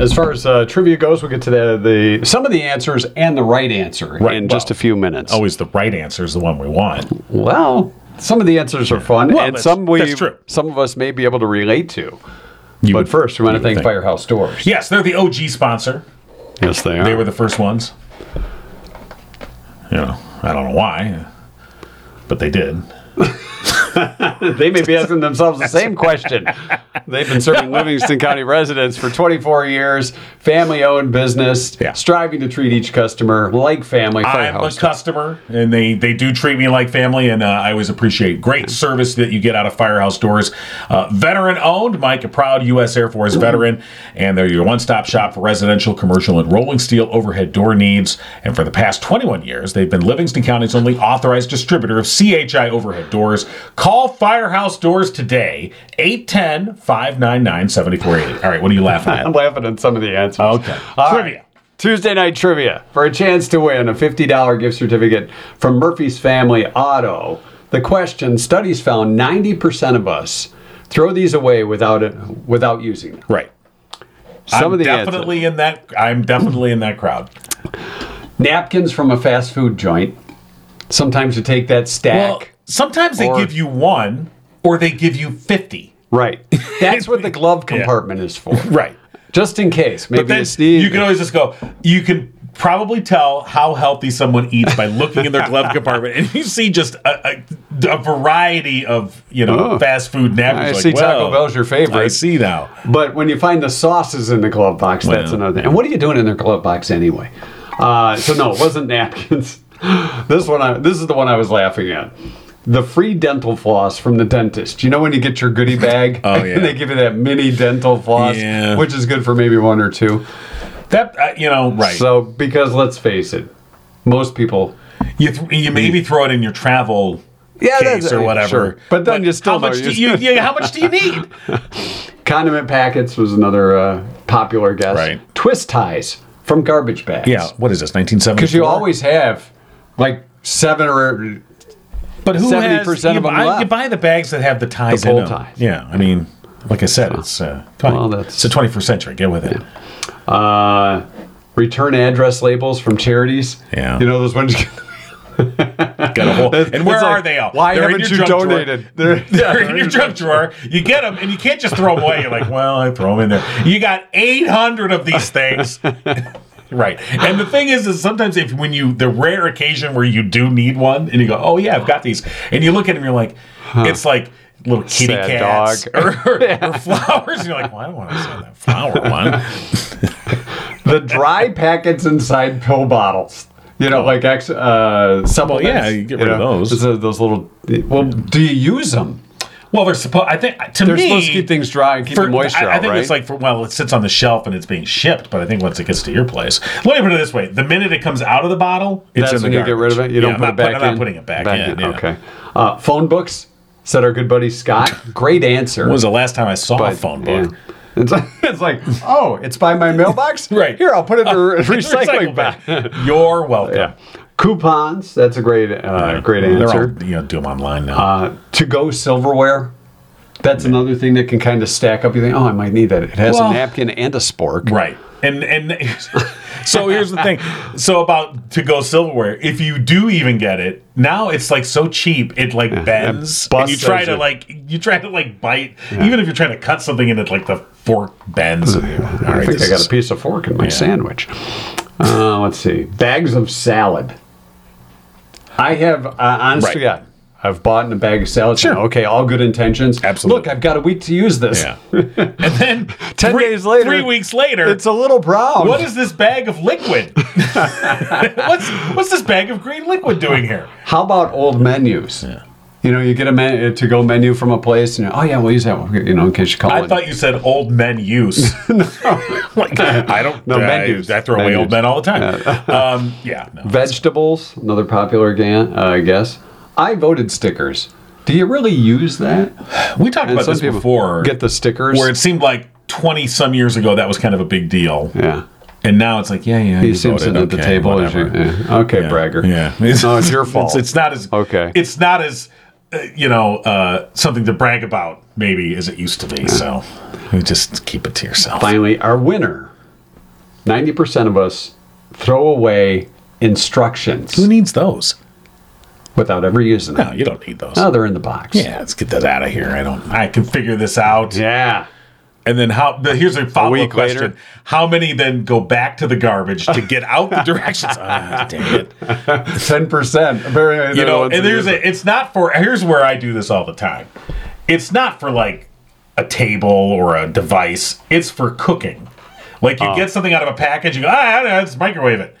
[SPEAKER 2] as far as uh, trivia goes, we'll get to the, the some of the answers and the right answer
[SPEAKER 3] Right,
[SPEAKER 2] in
[SPEAKER 3] well,
[SPEAKER 2] just a few minutes.
[SPEAKER 3] Always the right answer is the one we want.
[SPEAKER 2] well, some of the answers are fun,
[SPEAKER 3] Well,
[SPEAKER 2] and
[SPEAKER 3] that's-
[SPEAKER 2] some we
[SPEAKER 3] that's true.
[SPEAKER 2] some of us may be able to relate to. But
[SPEAKER 3] You would-
[SPEAKER 2] first, we want
[SPEAKER 3] you
[SPEAKER 2] to
[SPEAKER 3] would
[SPEAKER 2] thank
[SPEAKER 3] think.
[SPEAKER 2] Firehouse Doors.
[SPEAKER 3] Yes, they're the OG sponsor.
[SPEAKER 2] Yes, they are.
[SPEAKER 3] They were the first ones. You know, I don't know why, but they did.
[SPEAKER 2] They may be asking themselves the same question. They've been serving Livingston County residents for 24 years, family owned business,
[SPEAKER 3] Yeah.
[SPEAKER 2] striving to treat each customer like family.
[SPEAKER 3] I'm a
[SPEAKER 2] Firehouse.
[SPEAKER 3] customer, and they they do treat me like family, and uh, I always appreciate great service that you get out of Firehouse Doors. Uh, veteran owned, Mike, a proud U.S. Air Force veteran, and they're your one stop shop for residential, commercial, and rolling steel overhead door needs. And for the past 21 years, they've been Livingston County's only authorized distributor of CHI overhead doors. Call Firehouse Doors today, 810 599 7480. All right, what are you laughing
[SPEAKER 2] I'm
[SPEAKER 3] at?
[SPEAKER 2] laughing at some of the answers.
[SPEAKER 3] Oh, Okay.
[SPEAKER 2] All right.
[SPEAKER 3] Trivia.
[SPEAKER 2] Tuesday night trivia for a chance to win a $50 gift certificate from Murphy's Family Auto. The question studies found 90% of us throw these away without it, without using them.
[SPEAKER 3] Right.
[SPEAKER 2] Some
[SPEAKER 3] I'm
[SPEAKER 2] of the
[SPEAKER 3] definitely
[SPEAKER 2] answers.
[SPEAKER 3] in that. I'm definitely in that crowd.
[SPEAKER 2] napkins from a fast food joint. Sometimes you take that stack.
[SPEAKER 3] Well, sometimes
[SPEAKER 2] Or-
[SPEAKER 3] they give you one or they give you 50.
[SPEAKER 2] Right. That's what the glove compartment is for.
[SPEAKER 3] Right.
[SPEAKER 2] Just in case. Maybe
[SPEAKER 3] But then
[SPEAKER 2] you sneeze.
[SPEAKER 3] you can always just go, you can probably tell how healthy someone eats by looking in their glove compartment and you see just a, a, a variety of, you know,
[SPEAKER 2] Oh.
[SPEAKER 3] fast food napkins.
[SPEAKER 2] I
[SPEAKER 3] Like,
[SPEAKER 2] see Taco
[SPEAKER 3] "Whoa,
[SPEAKER 2] Bell's your favorite."
[SPEAKER 3] I see now.
[SPEAKER 2] but when you find the sauces in the glove box, that's
[SPEAKER 3] Well.
[SPEAKER 2] another thing. And what are you doing in their glove box anyway? Uh, so no, it wasn't napkins. this one, I, this is the one I was laughing at. The free dental floss from the dentist. You know when you get your goodie bag,
[SPEAKER 3] Oh, yeah.
[SPEAKER 2] and they give you that mini dental floss,
[SPEAKER 3] Yeah.
[SPEAKER 2] which is good for maybe one or two.
[SPEAKER 3] That, uh, you know, right.
[SPEAKER 2] So because let's face it, most people
[SPEAKER 3] you, th- you maybe throw it in your travel
[SPEAKER 2] Yeah,
[SPEAKER 3] case
[SPEAKER 2] that's- uh,
[SPEAKER 3] or whatever.
[SPEAKER 2] sure. But then you still
[SPEAKER 3] how
[SPEAKER 2] know
[SPEAKER 3] much
[SPEAKER 2] you-
[SPEAKER 3] do you, yeah, How much do you need?
[SPEAKER 2] Condiment packets was another uh, popular guess.
[SPEAKER 3] Right.
[SPEAKER 2] Twist ties from garbage bags.
[SPEAKER 3] yeah. What is this, 1974?
[SPEAKER 2] Because you always have like seven or
[SPEAKER 3] But who
[SPEAKER 2] 70%
[SPEAKER 3] has, you
[SPEAKER 2] of them
[SPEAKER 3] buy,
[SPEAKER 2] left.
[SPEAKER 3] You buy the bags that have the ties
[SPEAKER 2] The
[SPEAKER 3] in
[SPEAKER 2] bow
[SPEAKER 3] them.
[SPEAKER 2] ties.
[SPEAKER 3] Yeah, I mean, like I said, it's uh, 20,
[SPEAKER 2] Well, that's-
[SPEAKER 3] it's the 21st century. Get with it.
[SPEAKER 2] uh, return address labels from charities.
[SPEAKER 3] Yeah.
[SPEAKER 2] You know those ones.
[SPEAKER 3] Got a whole, and where
[SPEAKER 2] It's
[SPEAKER 3] are
[SPEAKER 2] like,
[SPEAKER 3] they all?
[SPEAKER 2] Why
[SPEAKER 3] They're in
[SPEAKER 2] haven't
[SPEAKER 3] your
[SPEAKER 2] you
[SPEAKER 3] junk drawer.
[SPEAKER 2] donated? They're, yeah,
[SPEAKER 3] They're in your junk drawer. You get them, and you can't just throw them away. You're like, well, I throw them in there. You got 800 of these things. Right, and the thing is, is sometimes if when you the rare occasion where you do need one, and you go, "Oh yeah, I've got these," and you look at them, you're like, "It's like little kitty
[SPEAKER 2] Sad
[SPEAKER 3] cats
[SPEAKER 2] dog.
[SPEAKER 3] Or, or, or flowers." And you're like, "Well, I don't want to sell that flower one."
[SPEAKER 2] the dry packets inside pill bottles. You know, like ex, uh, supplements.
[SPEAKER 3] yeah, you get rid of
[SPEAKER 2] know, uh,
[SPEAKER 3] those.
[SPEAKER 2] Those, those little. Well, do you use them?
[SPEAKER 3] Well, they're supposed. I think to
[SPEAKER 2] They're
[SPEAKER 3] me,
[SPEAKER 2] supposed to keep things dry and keep
[SPEAKER 3] for-
[SPEAKER 2] the moisture
[SPEAKER 3] I, I
[SPEAKER 2] out,
[SPEAKER 3] think
[SPEAKER 2] right?
[SPEAKER 3] it's like for well, it sits on the shelf and it's being shipped. But I think once it gets to your place, let me put it this way: the minute it comes out of the bottle, it's
[SPEAKER 2] That's
[SPEAKER 3] in the
[SPEAKER 2] when you get rid
[SPEAKER 3] garbage.
[SPEAKER 2] of it. You
[SPEAKER 3] Yeah,
[SPEAKER 2] don't
[SPEAKER 3] I'm
[SPEAKER 2] put
[SPEAKER 3] not
[SPEAKER 2] it back
[SPEAKER 3] put-
[SPEAKER 2] in.
[SPEAKER 3] I'm not putting it back, in. yeah.
[SPEAKER 2] Okay. Uh, phone books. Said our good buddy Scott. Great answer.
[SPEAKER 3] When was the last time I saw
[SPEAKER 2] But,
[SPEAKER 3] a phone book?
[SPEAKER 2] yeah. It's like, it's like, oh, it's by my mailbox.
[SPEAKER 3] Right.
[SPEAKER 2] here, I'll put it in the re- recycling
[SPEAKER 3] Recycle
[SPEAKER 2] bag.
[SPEAKER 3] You're welcome.
[SPEAKER 2] yeah, coupons. That's a great, uh, great
[SPEAKER 3] They're all-
[SPEAKER 2] answer.
[SPEAKER 3] you know, do them online now.
[SPEAKER 2] Uh, to go silverware. That's another thing that can kind of stack up. You think, oh, I might need that. It has
[SPEAKER 3] Well-
[SPEAKER 2] a napkin and a spork.
[SPEAKER 3] Right. And and so here's the thing. So about to go silverware, if you do even get it, now it's like so cheap, it like bends. And you
[SPEAKER 2] busts
[SPEAKER 3] try
[SPEAKER 2] as
[SPEAKER 3] to
[SPEAKER 2] it-
[SPEAKER 3] like you try to like bite even if you're trying to cut something and it like the fork bends. All
[SPEAKER 2] I
[SPEAKER 3] right.
[SPEAKER 2] think I
[SPEAKER 3] this
[SPEAKER 2] got
[SPEAKER 3] is-
[SPEAKER 2] a piece of fork in my sandwich. Uh, let's see. Bags of salad. I have, uh, honestly,
[SPEAKER 3] Right.
[SPEAKER 2] God, I've bought in a bag of salad.
[SPEAKER 3] Sure.
[SPEAKER 2] thinking, Okay, all good intentions.
[SPEAKER 3] Absolutely.
[SPEAKER 2] Look, I've got a week to use this.
[SPEAKER 3] Yeah. And then
[SPEAKER 2] 10
[SPEAKER 3] three-
[SPEAKER 2] days later,
[SPEAKER 3] three weeks later,
[SPEAKER 2] It's a little brown.
[SPEAKER 3] what is this bag of liquid? what's what's this bag of green liquid doing here?
[SPEAKER 2] How about old menus? You know, you get a men- to go menu from a place, and you're, oh yeah, we'll use that one. You know, in case you call
[SPEAKER 3] I
[SPEAKER 2] it.
[SPEAKER 3] thought you said old men use. like I don't
[SPEAKER 2] No,
[SPEAKER 3] I,
[SPEAKER 2] men use.
[SPEAKER 3] I throw
[SPEAKER 2] Men
[SPEAKER 3] away
[SPEAKER 2] use.
[SPEAKER 3] old men all the time. um, yeah. No.
[SPEAKER 2] Vegetables, another popular ga- uh, guess. I voted stickers. Do you really use that?
[SPEAKER 3] We talked about this before,
[SPEAKER 2] get the stickers.
[SPEAKER 3] where it seemed like twenty some years ago that was kind of a big deal,
[SPEAKER 2] yeah.
[SPEAKER 3] and now it's like yeah, yeah.
[SPEAKER 2] He
[SPEAKER 3] you
[SPEAKER 2] seems
[SPEAKER 3] voted,
[SPEAKER 2] at the
[SPEAKER 3] okay,
[SPEAKER 2] table. as you-
[SPEAKER 3] whatever.
[SPEAKER 2] yeah. Okay,
[SPEAKER 3] Yeah.
[SPEAKER 2] bragger.
[SPEAKER 3] Yeah.
[SPEAKER 2] No, it's your fault.
[SPEAKER 3] It's, it's not as
[SPEAKER 2] Okay.
[SPEAKER 3] It's not as uh, you know uh, something to brag about maybe as it used to be. So you just keep it to yourself.
[SPEAKER 2] Finally, our winner. 90% of us throw away instructions
[SPEAKER 3] Who needs those?
[SPEAKER 2] without ever using them.
[SPEAKER 3] No, you don't need those.
[SPEAKER 2] No, they're in the box.
[SPEAKER 3] Yeah, let's get that out of here. I don't. I can figure this out.
[SPEAKER 2] Yeah.
[SPEAKER 3] And then how? the- Here's a follow up
[SPEAKER 2] week
[SPEAKER 3] question:
[SPEAKER 2] later.
[SPEAKER 3] How many then go back to the garbage to get out the directions? Ah, dang it!
[SPEAKER 2] 10%. Very,
[SPEAKER 3] You know, and there's a, it's not for. Here's where I do this all the time. It's not for like a table or a device. It's for cooking. Like
[SPEAKER 2] Ah.
[SPEAKER 3] you get something out of a package, you go, ah, let's microwave it.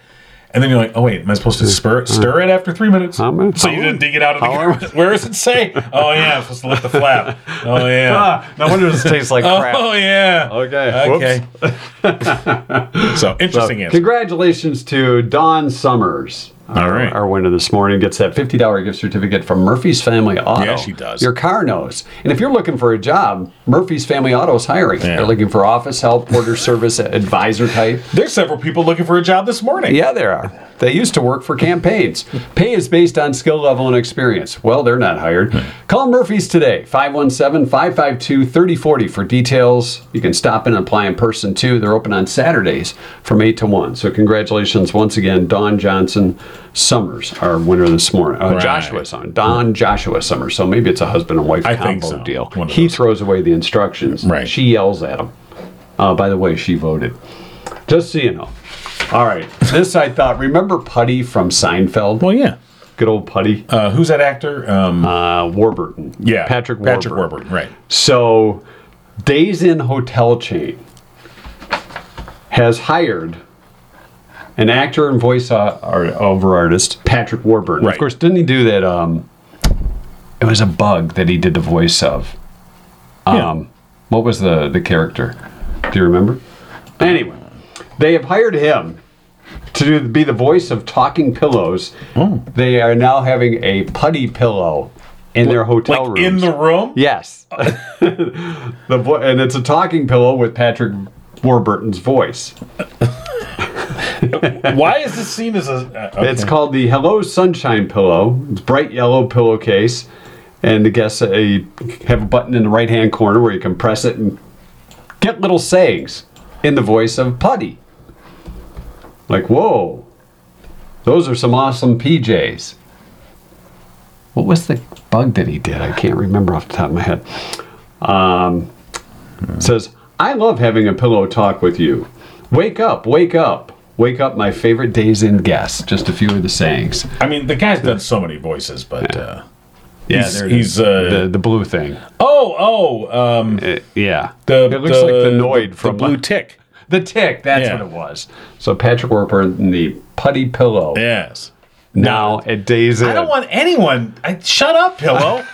[SPEAKER 3] And then you're like, oh wait, am I supposed to stir, stir it after three minutes?
[SPEAKER 2] uh, How many-
[SPEAKER 3] So you
[SPEAKER 2] how-
[SPEAKER 3] didn't dig it out of the
[SPEAKER 2] how long-
[SPEAKER 3] garbage. Where does it say? Oh yeah, I'm supposed to lift the flap. Oh yeah.
[SPEAKER 2] Ah, No wonder this tastes like
[SPEAKER 3] Oh yeah.
[SPEAKER 2] Okay.
[SPEAKER 3] Okay. so interesting answer.
[SPEAKER 2] Congratulations to Don Summers.
[SPEAKER 3] All
[SPEAKER 2] our-
[SPEAKER 3] right.
[SPEAKER 2] Our winner this morning gets that $50 gift certificate from Murphy's Family Auto.
[SPEAKER 3] Yeah, she does.
[SPEAKER 2] Your car knows. And if you're looking for a job, Murphy's Family Auto is hiring.
[SPEAKER 3] Yeah.
[SPEAKER 2] They're looking for office help, porter service, advisor type.
[SPEAKER 3] There's several people looking for a job this morning.
[SPEAKER 2] Yeah, there are. They used to work for campaigns. Pay is based on skill level and experience. Well, they're not hired.
[SPEAKER 3] Hmm.
[SPEAKER 2] Call Murphy's today, 517 552 3040 for details. You can stop in and apply in person too. They're open on Saturdays from 8 to 1. So, congratulations once again, Don Johnson Summers, our winner this morning. Uh,
[SPEAKER 3] Right.
[SPEAKER 2] Joshua Summers. Don Joshua Summers. So, maybe it's a husband and wife
[SPEAKER 3] I
[SPEAKER 2] combo
[SPEAKER 3] think so.
[SPEAKER 2] deal.
[SPEAKER 3] One of
[SPEAKER 2] He
[SPEAKER 3] those.
[SPEAKER 2] throws away the instructions.
[SPEAKER 3] Right.
[SPEAKER 2] She yells at him. Uh, by the way, she voted. Just so you know. All right. This I thought. Remember Putty from Seinfeld?
[SPEAKER 3] Well, yeah.
[SPEAKER 2] Good old Putty.
[SPEAKER 3] Uh, who's that actor? Um,
[SPEAKER 2] Uh, Warburton.
[SPEAKER 3] yeah,
[SPEAKER 2] Patrick Warburton.
[SPEAKER 3] Patrick Warburton. Right.
[SPEAKER 2] So, Days Inn Hotel Chain has hired an actor and voice o- art- over artist, Patrick Warburton. Of
[SPEAKER 3] Right.
[SPEAKER 2] course, didn't he do that? Um, it was a bug that he did the voice of.
[SPEAKER 3] Yeah.
[SPEAKER 2] Um, What was the, the character? Do you remember? Anyway, they have hired him to do, be the voice of Talking Pillows.
[SPEAKER 3] Hmm.
[SPEAKER 2] They are now having a putty pillow in their hotel
[SPEAKER 3] Like
[SPEAKER 2] room.
[SPEAKER 3] in the room.
[SPEAKER 2] Yes. the vo- and it's a talking pillow with Patrick Warburton's voice.
[SPEAKER 3] Why is this seen as a? Uh, okay.
[SPEAKER 2] It's called the Hello Sunshine Pillow. It's bright yellow pillowcase, and I guess uh, you have a button in the right hand corner where you can press it and get little sayings in the voice of Putty. Like, whoa, those are some awesome PJs. What was the bug that he did? I can't remember off the top of my head. Um, says, I love having a pillow talk with you. Wake up, wake up, wake up, my favorite days in guest. Just a few of the sayings.
[SPEAKER 3] I mean, the guy's done so many voices, but uh,
[SPEAKER 2] Yeah,
[SPEAKER 3] he's,
[SPEAKER 2] there it
[SPEAKER 3] he's uh,
[SPEAKER 2] The, the blue thing. Uh,
[SPEAKER 3] oh oh um,
[SPEAKER 2] yeah.
[SPEAKER 3] the
[SPEAKER 2] it looks like the Noid from
[SPEAKER 3] the blue tick.
[SPEAKER 2] The tick. That's
[SPEAKER 3] Yeah.
[SPEAKER 2] what it was. So Patrick Warburton, the putty pillow.
[SPEAKER 3] Yes.
[SPEAKER 2] Now at Days Inn.
[SPEAKER 3] I don't want anyone. I, shut up, pillow.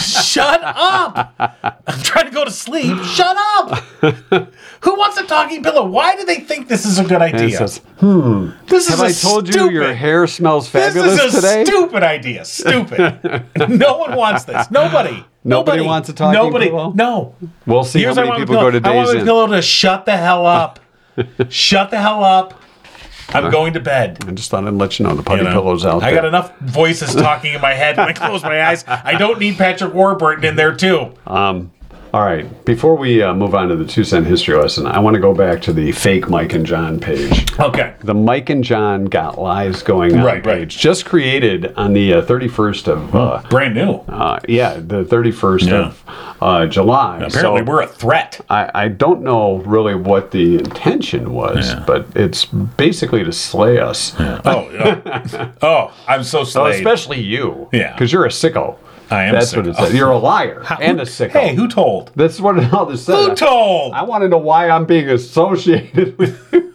[SPEAKER 3] Shut up! I'm trying to go to sleep. Shut up! Who wants a talking pillow? Why do they think this is a good
[SPEAKER 2] And it
[SPEAKER 3] idea?
[SPEAKER 2] says,
[SPEAKER 3] this is
[SPEAKER 2] Have I
[SPEAKER 3] a
[SPEAKER 2] told
[SPEAKER 3] stupid,
[SPEAKER 2] you your hair smells
[SPEAKER 3] This
[SPEAKER 2] fabulous
[SPEAKER 3] is a
[SPEAKER 2] today?
[SPEAKER 3] stupid idea. Stupid. no one wants this. Nobody.
[SPEAKER 2] Nobody wants a talking
[SPEAKER 3] Nobody.
[SPEAKER 2] pillow?
[SPEAKER 3] No.
[SPEAKER 2] We'll see
[SPEAKER 3] Here's
[SPEAKER 2] how
[SPEAKER 3] what I
[SPEAKER 2] many
[SPEAKER 3] want
[SPEAKER 2] people
[SPEAKER 3] with
[SPEAKER 2] go to
[SPEAKER 3] pillow. I
[SPEAKER 2] Days
[SPEAKER 3] want my
[SPEAKER 2] Inn.
[SPEAKER 3] pillow to shut the hell up. shut the hell up. I'm going to bed.
[SPEAKER 2] I just thought I'd let you know the putty
[SPEAKER 3] You know,
[SPEAKER 2] pillows out
[SPEAKER 3] I
[SPEAKER 2] there.
[SPEAKER 3] got enough voices talking in my head when I close my eyes. I don't need Patrick Warburton in there too.
[SPEAKER 2] Um, all right. Before we uh, move on to the two cent history lesson, I want to go back to the fake Mike and John page.
[SPEAKER 3] Okay.
[SPEAKER 2] The Mike and John got lives going on
[SPEAKER 3] Right, right.
[SPEAKER 2] page, just created on the uh, 31st of uh,
[SPEAKER 3] Brand new.
[SPEAKER 2] uh, yeah, the 31st
[SPEAKER 3] Yeah.
[SPEAKER 2] of uh, July.
[SPEAKER 3] Apparently
[SPEAKER 2] So
[SPEAKER 3] we're a threat.
[SPEAKER 2] I, I don't know really what the intention was,
[SPEAKER 3] Yeah.
[SPEAKER 2] but it's basically to slay us,
[SPEAKER 3] Oh, yeah. oh, I'm so
[SPEAKER 2] Oh,
[SPEAKER 3] slayed.
[SPEAKER 2] especially you,
[SPEAKER 3] Yeah.
[SPEAKER 2] because you're a sicko.
[SPEAKER 3] I am a
[SPEAKER 2] That's what it
[SPEAKER 3] sicko.
[SPEAKER 2] says. You're a liar and a sicko.
[SPEAKER 3] hey, who told?
[SPEAKER 2] That's what it all this said.
[SPEAKER 3] Who told?
[SPEAKER 2] I want to know why I'm being associated with you.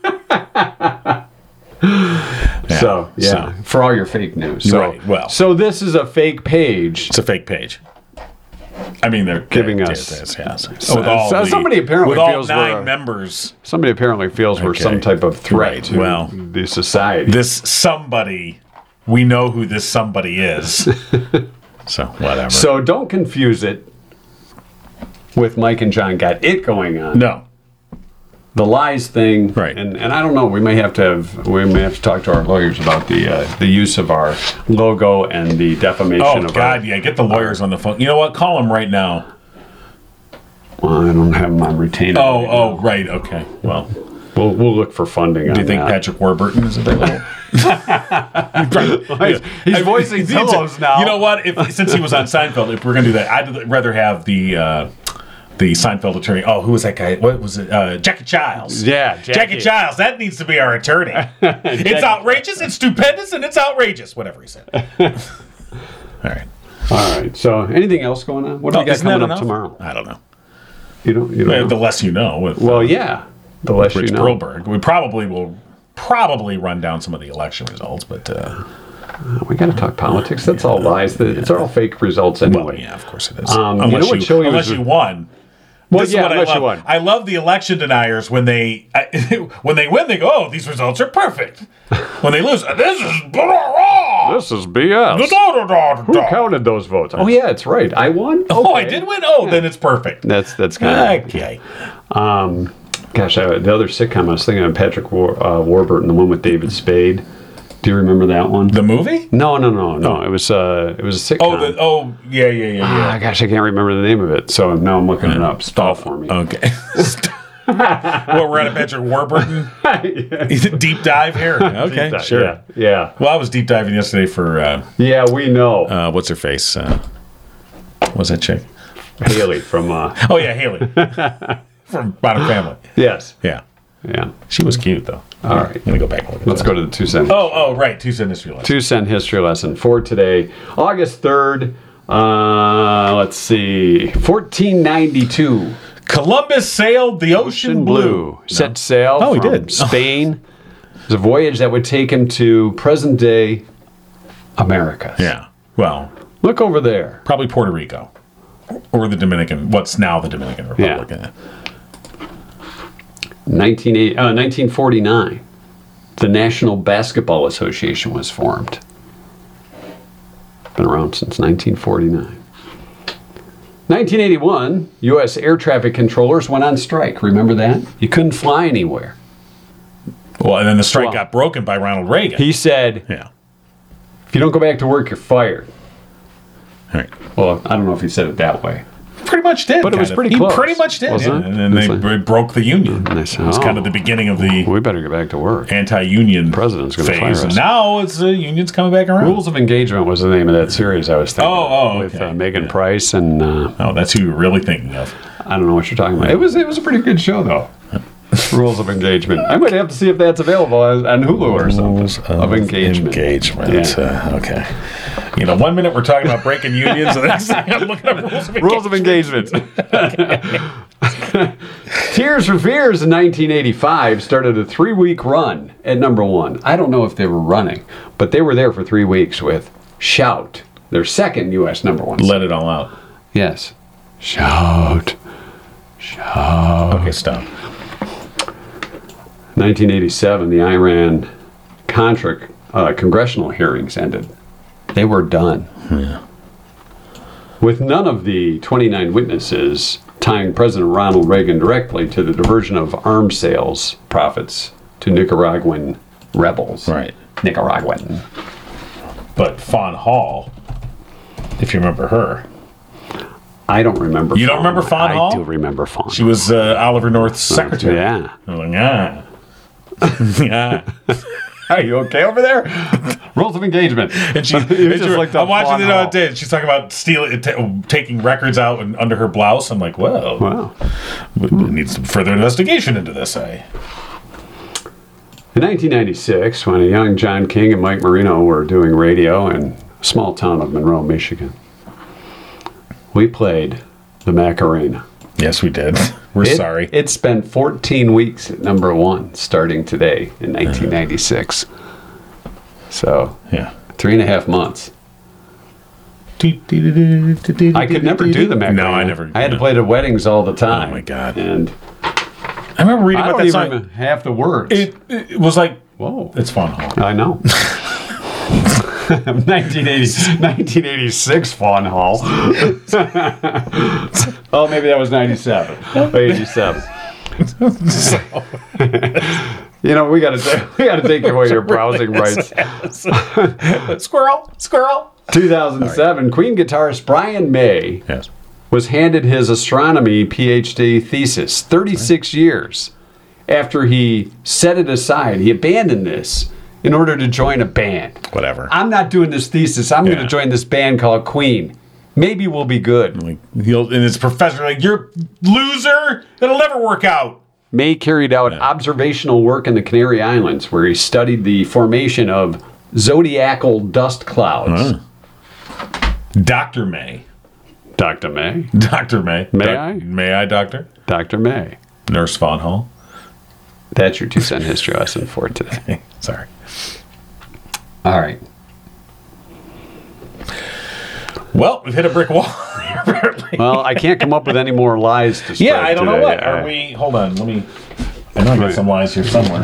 [SPEAKER 2] so yeah,
[SPEAKER 3] so.
[SPEAKER 2] for all your fake news. So,
[SPEAKER 3] Right, well.
[SPEAKER 2] so this is a fake page.
[SPEAKER 3] It's a fake page. I mean, they're
[SPEAKER 2] Giving
[SPEAKER 3] yeah,
[SPEAKER 2] us-
[SPEAKER 3] yes, yes.
[SPEAKER 2] So- so somebody apparently
[SPEAKER 3] with all
[SPEAKER 2] feels
[SPEAKER 3] nine
[SPEAKER 2] we're-
[SPEAKER 3] members.
[SPEAKER 2] Somebody apparently feels we're
[SPEAKER 3] Okay.
[SPEAKER 2] some type of threat
[SPEAKER 3] Right,
[SPEAKER 2] to
[SPEAKER 3] well.
[SPEAKER 2] the society.
[SPEAKER 3] This somebody, we know who this somebody is. so whatever.
[SPEAKER 2] so don't confuse it with Mike and John got it going on.
[SPEAKER 3] no,
[SPEAKER 2] the lies thing,
[SPEAKER 3] Right.
[SPEAKER 2] And and I don't know. We may have to have we may have to talk to our lawyers about the uh, the use of our logo and the defamation
[SPEAKER 3] Oh
[SPEAKER 2] of
[SPEAKER 3] God,
[SPEAKER 2] our.
[SPEAKER 3] yeah, get the lawyers on the phone. You know what? Call them right now.
[SPEAKER 2] Well, I don't have my retainer.
[SPEAKER 3] Oh,
[SPEAKER 2] right
[SPEAKER 3] oh, right, okay. Well,
[SPEAKER 2] now. we'll we'll look for funding.
[SPEAKER 3] do you think Patrick Warburton is available?
[SPEAKER 2] He's, he's voicing pillows now.
[SPEAKER 3] You know what? If since he was on Seinfeld, if we're gonna do that, I'd rather have the uh, the Seinfeld attorney. Oh, who was that guy? What was it? Uh, Jackie Childs.
[SPEAKER 2] Yeah,
[SPEAKER 3] Jackie.
[SPEAKER 2] Jackie.
[SPEAKER 3] Childs. That needs to be our attorney. it's outrageous. It's stupendous, and it's outrageous. Whatever he said. All right. Oh,
[SPEAKER 2] All right. So, anything else going on? What do we got
[SPEAKER 3] Isn't that
[SPEAKER 2] coming up
[SPEAKER 3] enough?
[SPEAKER 2] tomorrow?
[SPEAKER 3] I don't know.
[SPEAKER 2] You don't. You don't.
[SPEAKER 3] The
[SPEAKER 2] know?
[SPEAKER 3] less you know. With,
[SPEAKER 2] well, yeah. The less
[SPEAKER 3] Rich
[SPEAKER 2] you know.
[SPEAKER 3] Perlberg. We probably will probably run down some of the election results, but uh,
[SPEAKER 2] We got to talk politics. That's all lies. The- It's all fake results anyway.
[SPEAKER 3] well, yeah, of course it is.
[SPEAKER 2] Um, you
[SPEAKER 3] unless
[SPEAKER 2] know
[SPEAKER 3] you,
[SPEAKER 2] what Chile was-
[SPEAKER 3] unless you won.
[SPEAKER 2] Well,
[SPEAKER 3] This is
[SPEAKER 2] yeah,
[SPEAKER 3] what I
[SPEAKER 2] unless
[SPEAKER 3] love.
[SPEAKER 2] you won.
[SPEAKER 3] I love the election deniers when they I, when they win. They go, "Oh, these results are perfect." when they lose, this is blah, blah,
[SPEAKER 2] This is BS.
[SPEAKER 3] blah, da, da, da, da, da."
[SPEAKER 2] counted those votes? Oh yeah, it's right. I won.
[SPEAKER 3] Oh, I did win. Oh, then it's perfect.
[SPEAKER 2] That's that's kind of
[SPEAKER 3] Okay.
[SPEAKER 2] um, gosh. I, the other sitcom I was thinking of Patrick War, uh, Warburton, the one with David Spade. Do you remember that one?
[SPEAKER 3] The movie?
[SPEAKER 2] no, no, no, no. It was uh, it was a sitcom.
[SPEAKER 3] Oh, the oh yeah yeah yeah yeah. Oh,
[SPEAKER 2] Ah, gosh, I can't remember the name of it. So now I'm looking it up. Stall for me.
[SPEAKER 3] Okay. well, we're at a Patrick Warburton deep dive here. Okay, sure.
[SPEAKER 2] Yeah, yeah,
[SPEAKER 3] Well, I was deep diving yesterday for uh,
[SPEAKER 2] yeah. We know
[SPEAKER 3] uh, what's her face? Uh, what was that chick?
[SPEAKER 2] Haley from. Uh,
[SPEAKER 3] Oh yeah, Haley from Modern Family.
[SPEAKER 2] yes.
[SPEAKER 3] Yeah,
[SPEAKER 2] Yeah.
[SPEAKER 3] she was cute though.
[SPEAKER 2] All right.
[SPEAKER 3] I'm gonna go back. and look at
[SPEAKER 2] Let's
[SPEAKER 3] that.
[SPEAKER 2] go to the two cent.
[SPEAKER 3] Oh oh right, two cent history lesson.
[SPEAKER 2] two cent history lesson for today, August 3rd. Uh, let's see, 1492.
[SPEAKER 3] Columbus sailed the ocean,
[SPEAKER 2] Ocean
[SPEAKER 3] blue.
[SPEAKER 2] Blue set sail
[SPEAKER 3] Oh, he
[SPEAKER 2] from
[SPEAKER 3] did.
[SPEAKER 2] Spain. it was a voyage that would take him to present day America.
[SPEAKER 3] Yeah. Well,
[SPEAKER 2] Look over there.
[SPEAKER 3] probably Puerto Rico or the Dominican. What's now the Dominican Republic? Yeah.
[SPEAKER 2] 19, uh, 1949. The National Basketball Association was formed. Been around since 1949. 1981, U.S. air traffic controllers went on strike. Remember that? You couldn't fly anywhere.
[SPEAKER 3] Well, and then the strike
[SPEAKER 2] Well-
[SPEAKER 3] got broken by Ronald Reagan.
[SPEAKER 2] He said,
[SPEAKER 3] yeah.
[SPEAKER 2] if you don't go back to work, you're fired.
[SPEAKER 3] All right.
[SPEAKER 2] Well, I don't know if he said it that way.
[SPEAKER 3] pretty much did.
[SPEAKER 2] But it
[SPEAKER 3] kind
[SPEAKER 2] was
[SPEAKER 3] of.
[SPEAKER 2] pretty
[SPEAKER 3] He
[SPEAKER 2] close,
[SPEAKER 3] pretty much did.
[SPEAKER 2] wasn't
[SPEAKER 3] yeah.
[SPEAKER 2] it?
[SPEAKER 3] And then they
[SPEAKER 2] It's like-
[SPEAKER 3] b- broke the union.
[SPEAKER 2] And they said,
[SPEAKER 3] It's kind
[SPEAKER 2] "Oh,
[SPEAKER 3] of the beginning of the
[SPEAKER 2] We better get back to work.
[SPEAKER 3] anti-union
[SPEAKER 2] president's gonna fire
[SPEAKER 3] phase. And
[SPEAKER 2] us.
[SPEAKER 3] now it's the union's coming back around.
[SPEAKER 2] Rules of Engagement was the name of that series I was thinking
[SPEAKER 3] Oh,
[SPEAKER 2] of,
[SPEAKER 3] oh,
[SPEAKER 2] with
[SPEAKER 3] okay.
[SPEAKER 2] uh, Megan Price and uh,
[SPEAKER 3] Oh, that's who you're really thinking of.
[SPEAKER 2] I don't know what you're talking about. It was it was a pretty good show though. Rules of engagement. I might have to see if that's available on, on Hulu or something. uh, of engagement.
[SPEAKER 3] Engagement. Uh, okay. You know, one minute we're talking about breaking unions, and the next thing I'm looking up rules of
[SPEAKER 2] Rules of engagement. Tears for Fears in 1985 started a three-week run at number one. I don't know if they were running, but they were there for three weeks with "Shout," their second U.S. number one.
[SPEAKER 3] Let it all out.
[SPEAKER 2] Yes. Shout. Shout.
[SPEAKER 3] Okay, stop.
[SPEAKER 2] 1987, the Iran contra uh, congressional hearings ended. They were done. With none of the 29 witnesses tying President Ronald Reagan directly to the diversion of arms sales profits to Nicaraguan rebels.
[SPEAKER 3] Right.
[SPEAKER 2] Nicaraguan.
[SPEAKER 3] But Fawn Hall, if you remember her,
[SPEAKER 2] I don't remember.
[SPEAKER 3] You don't remember Fawn
[SPEAKER 2] I
[SPEAKER 3] Hall?
[SPEAKER 2] do remember Fawn.
[SPEAKER 3] she was uh, Oliver North's secretary.
[SPEAKER 2] Yeah.
[SPEAKER 3] Oh, yeah. yeah.
[SPEAKER 2] Are you okay over there? Rules of engagement.
[SPEAKER 3] And she,
[SPEAKER 2] You
[SPEAKER 3] and
[SPEAKER 2] just
[SPEAKER 3] she-
[SPEAKER 2] looked up
[SPEAKER 3] I'm watching
[SPEAKER 2] Fawn
[SPEAKER 3] it all
[SPEAKER 2] Hall.
[SPEAKER 3] day. She's talking about stealing, t- taking records out and under her blouse. I'm like, well,
[SPEAKER 2] Wow.
[SPEAKER 3] we we need some further investigation into this. eh? I
[SPEAKER 2] In 1996, when a young John King and Mike Marino were doing radio in a small town of Monroe, Michigan, we played the Macarena.
[SPEAKER 3] yes, we did. We're
[SPEAKER 2] It-
[SPEAKER 3] sorry.
[SPEAKER 2] It spent 14 weeks at number one starting today in
[SPEAKER 3] Uh-huh.
[SPEAKER 2] 1996. So,
[SPEAKER 3] yeah.
[SPEAKER 2] three and a half months. I could never do the Macarena.
[SPEAKER 3] No, I never. Oh,
[SPEAKER 2] I had to play it at weddings all the time.
[SPEAKER 3] my God.
[SPEAKER 2] And
[SPEAKER 3] I remember reading
[SPEAKER 2] I
[SPEAKER 3] about
[SPEAKER 2] don't
[SPEAKER 3] that
[SPEAKER 2] even
[SPEAKER 3] song.
[SPEAKER 2] have the words.
[SPEAKER 3] It, it was like
[SPEAKER 2] Whoa.
[SPEAKER 3] it's Fawn Hall.
[SPEAKER 2] I know. 1980, 1986 Fawn Hall. oh, maybe that was 97. Or 87.
[SPEAKER 3] So-
[SPEAKER 2] You know, we gotta ta- we gotta take away your browsing rights.
[SPEAKER 3] squirrel, squirrel.
[SPEAKER 2] 2007, Queen guitarist Brian May
[SPEAKER 3] Yes.
[SPEAKER 2] was handed his astronomy PhD thesis 36 years after he set it aside. He abandoned this in order to join a band.
[SPEAKER 3] Whatever.
[SPEAKER 2] I'm not doing this thesis. I'm going
[SPEAKER 3] Yeah.
[SPEAKER 2] to join this band called Queen. Maybe we'll be good.
[SPEAKER 3] Like he'll and his professor like you're loser. It'll never work out.
[SPEAKER 2] May carried out observational work in the Canary Islands where he studied the formation of zodiacal dust clouds.
[SPEAKER 3] Doctor May.
[SPEAKER 2] Dr. May.
[SPEAKER 3] Doctor May.
[SPEAKER 2] May
[SPEAKER 3] Doc-
[SPEAKER 2] I?
[SPEAKER 3] May I, Doctor?
[SPEAKER 2] Dr. May.
[SPEAKER 3] Nurse Von Hall.
[SPEAKER 2] That's your two cent history lesson for today.
[SPEAKER 3] Hey, sorry.
[SPEAKER 2] All right.
[SPEAKER 3] Well, we've hit a brick wall. apparently.
[SPEAKER 2] Well, I can't come up with any more lies to spread
[SPEAKER 3] yeah, I don't know
[SPEAKER 2] today.
[SPEAKER 3] what. Are
[SPEAKER 2] I-
[SPEAKER 3] we? Hold on. Let me. I know I got
[SPEAKER 2] Right.
[SPEAKER 3] some lies here somewhere.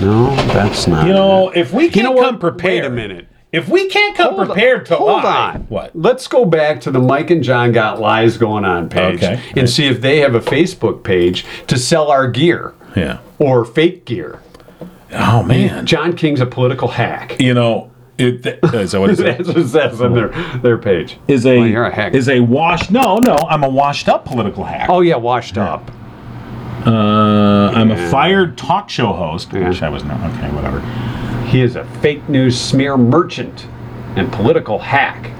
[SPEAKER 2] No, that's not.
[SPEAKER 3] You know,
[SPEAKER 2] it.
[SPEAKER 3] if we can't
[SPEAKER 2] what?
[SPEAKER 3] come prepared.
[SPEAKER 2] Wait a minute.
[SPEAKER 3] If we can't come
[SPEAKER 2] Hold on-
[SPEAKER 3] prepared to
[SPEAKER 2] hold
[SPEAKER 3] lie.
[SPEAKER 2] on.
[SPEAKER 3] What?
[SPEAKER 2] Let's go back to the Mike and John Got Lies Going On page
[SPEAKER 3] Okay.
[SPEAKER 2] and see if they have a Facebook page to sell our gear
[SPEAKER 3] Yeah.
[SPEAKER 2] or fake gear.
[SPEAKER 3] Oh man.
[SPEAKER 2] John King's a political hack.
[SPEAKER 3] You know, it, th- uh, is that what it
[SPEAKER 2] That's
[SPEAKER 3] is?
[SPEAKER 2] what it says on their, their page.
[SPEAKER 3] is a
[SPEAKER 2] Well, you're a hack.
[SPEAKER 3] is a wash? No, no, I'm a washed up political hack.
[SPEAKER 2] Oh, yeah, washed up.
[SPEAKER 3] Uh, I'm a fired talk show host,
[SPEAKER 2] Yeah.
[SPEAKER 3] which I was not. Okay, whatever.
[SPEAKER 2] He is a fake news smear merchant and political hack.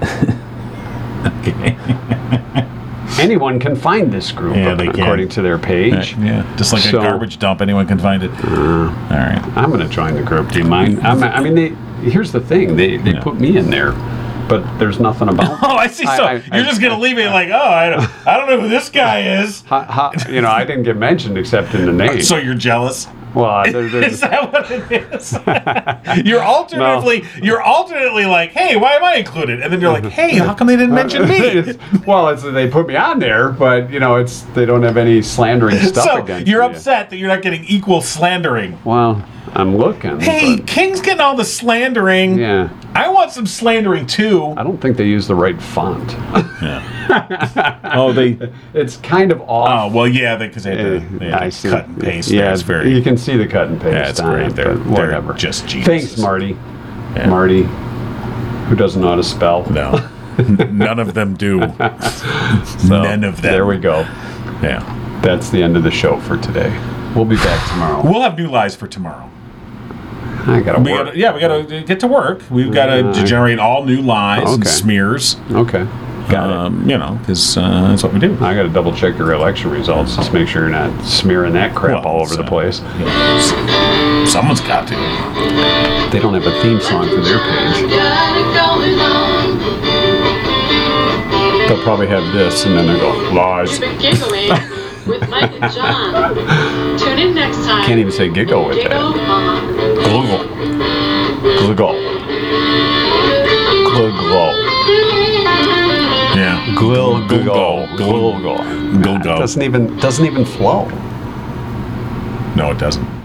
[SPEAKER 2] Anyone can find this group,
[SPEAKER 3] Yeah, they can.
[SPEAKER 2] according to their page.
[SPEAKER 3] Yeah, just like
[SPEAKER 2] So- Uh.
[SPEAKER 3] a garbage dump, anyone can find it. All right.
[SPEAKER 2] I'm going to join the group. Do you mind? I'm, I mean, they, here's the thing. They, they
[SPEAKER 3] Yeah.
[SPEAKER 2] put me in there, but there's nothing about.
[SPEAKER 3] Oh, I see. So
[SPEAKER 2] I- I-
[SPEAKER 3] you're just gonna leave me like, oh, I don't, I don't know who this guy is.
[SPEAKER 2] Ha- ha- you know, I didn't get mentioned except in the name.
[SPEAKER 3] So you're jealous.
[SPEAKER 2] well, there,
[SPEAKER 3] Is
[SPEAKER 2] there's,
[SPEAKER 3] that what it is? you're alternatively, you're alternately like, hey, why am I included? And then you're like, hey, how come they didn't mention me?
[SPEAKER 2] it's, well, it's that they put me on there, but you know, it's they don't have any slandering stuff
[SPEAKER 3] So
[SPEAKER 2] against
[SPEAKER 3] you're
[SPEAKER 2] you.
[SPEAKER 3] upset that you're not getting equal slandering.
[SPEAKER 2] Well, I'm looking.
[SPEAKER 3] Hey,
[SPEAKER 2] but-
[SPEAKER 3] King's getting all the slandering.
[SPEAKER 2] yeah,
[SPEAKER 3] I want some slandering too.
[SPEAKER 2] I don't think they use the right font.
[SPEAKER 3] Oh, they.
[SPEAKER 2] It's kind of
[SPEAKER 3] Oh
[SPEAKER 2] off.
[SPEAKER 3] well, yeah, because they, had
[SPEAKER 2] Eh,
[SPEAKER 3] to- they had to cut and paste. Yeah, it's very.
[SPEAKER 2] You can see the cut and paste.
[SPEAKER 3] Yeah, it's
[SPEAKER 2] on
[SPEAKER 3] great.
[SPEAKER 2] it,
[SPEAKER 3] They're-
[SPEAKER 2] but
[SPEAKER 3] they're
[SPEAKER 2] whatever.
[SPEAKER 3] just
[SPEAKER 2] Thanks,
[SPEAKER 3] geniuses.
[SPEAKER 2] Marty.
[SPEAKER 3] Yeah.
[SPEAKER 2] Marty, who doesn't know how to spell.
[SPEAKER 3] No, none of them do. None of them.
[SPEAKER 2] There we go.
[SPEAKER 3] Yeah,
[SPEAKER 2] That's the end of the show for today. We'll be back tomorrow.
[SPEAKER 3] we'll have new lies for tomorrow.
[SPEAKER 2] I gotta
[SPEAKER 3] We
[SPEAKER 2] work.
[SPEAKER 3] gotta, yeah, we gotta get to work. We've gotta
[SPEAKER 2] Yeah.
[SPEAKER 3] generate all new lies and
[SPEAKER 2] Okay.
[SPEAKER 3] smears.
[SPEAKER 2] Okay. Got it.
[SPEAKER 3] Um, you know, because uh, that's what we do.
[SPEAKER 2] I gotta double check your election results. Just make sure you're not smearing that crap
[SPEAKER 3] Well,
[SPEAKER 2] all over the
[SPEAKER 3] so-
[SPEAKER 2] place.
[SPEAKER 3] Someone's got to.
[SPEAKER 2] They don't have a theme song for their page.
[SPEAKER 1] Got it going on.
[SPEAKER 2] They'll probably have this, and then they'll go lies.
[SPEAKER 1] You've been giggling with Mike and John. Tune in next time.
[SPEAKER 2] Can't even say giggle with
[SPEAKER 1] Giggle
[SPEAKER 2] that.
[SPEAKER 1] on.
[SPEAKER 2] Gluggle. Gluggle. Gluggle.
[SPEAKER 3] Yeah.
[SPEAKER 2] Gluggle. Will go.
[SPEAKER 3] Will
[SPEAKER 2] Will go.
[SPEAKER 3] Will go.
[SPEAKER 2] Doesn't even doesn't even flow.
[SPEAKER 3] No, it doesn't.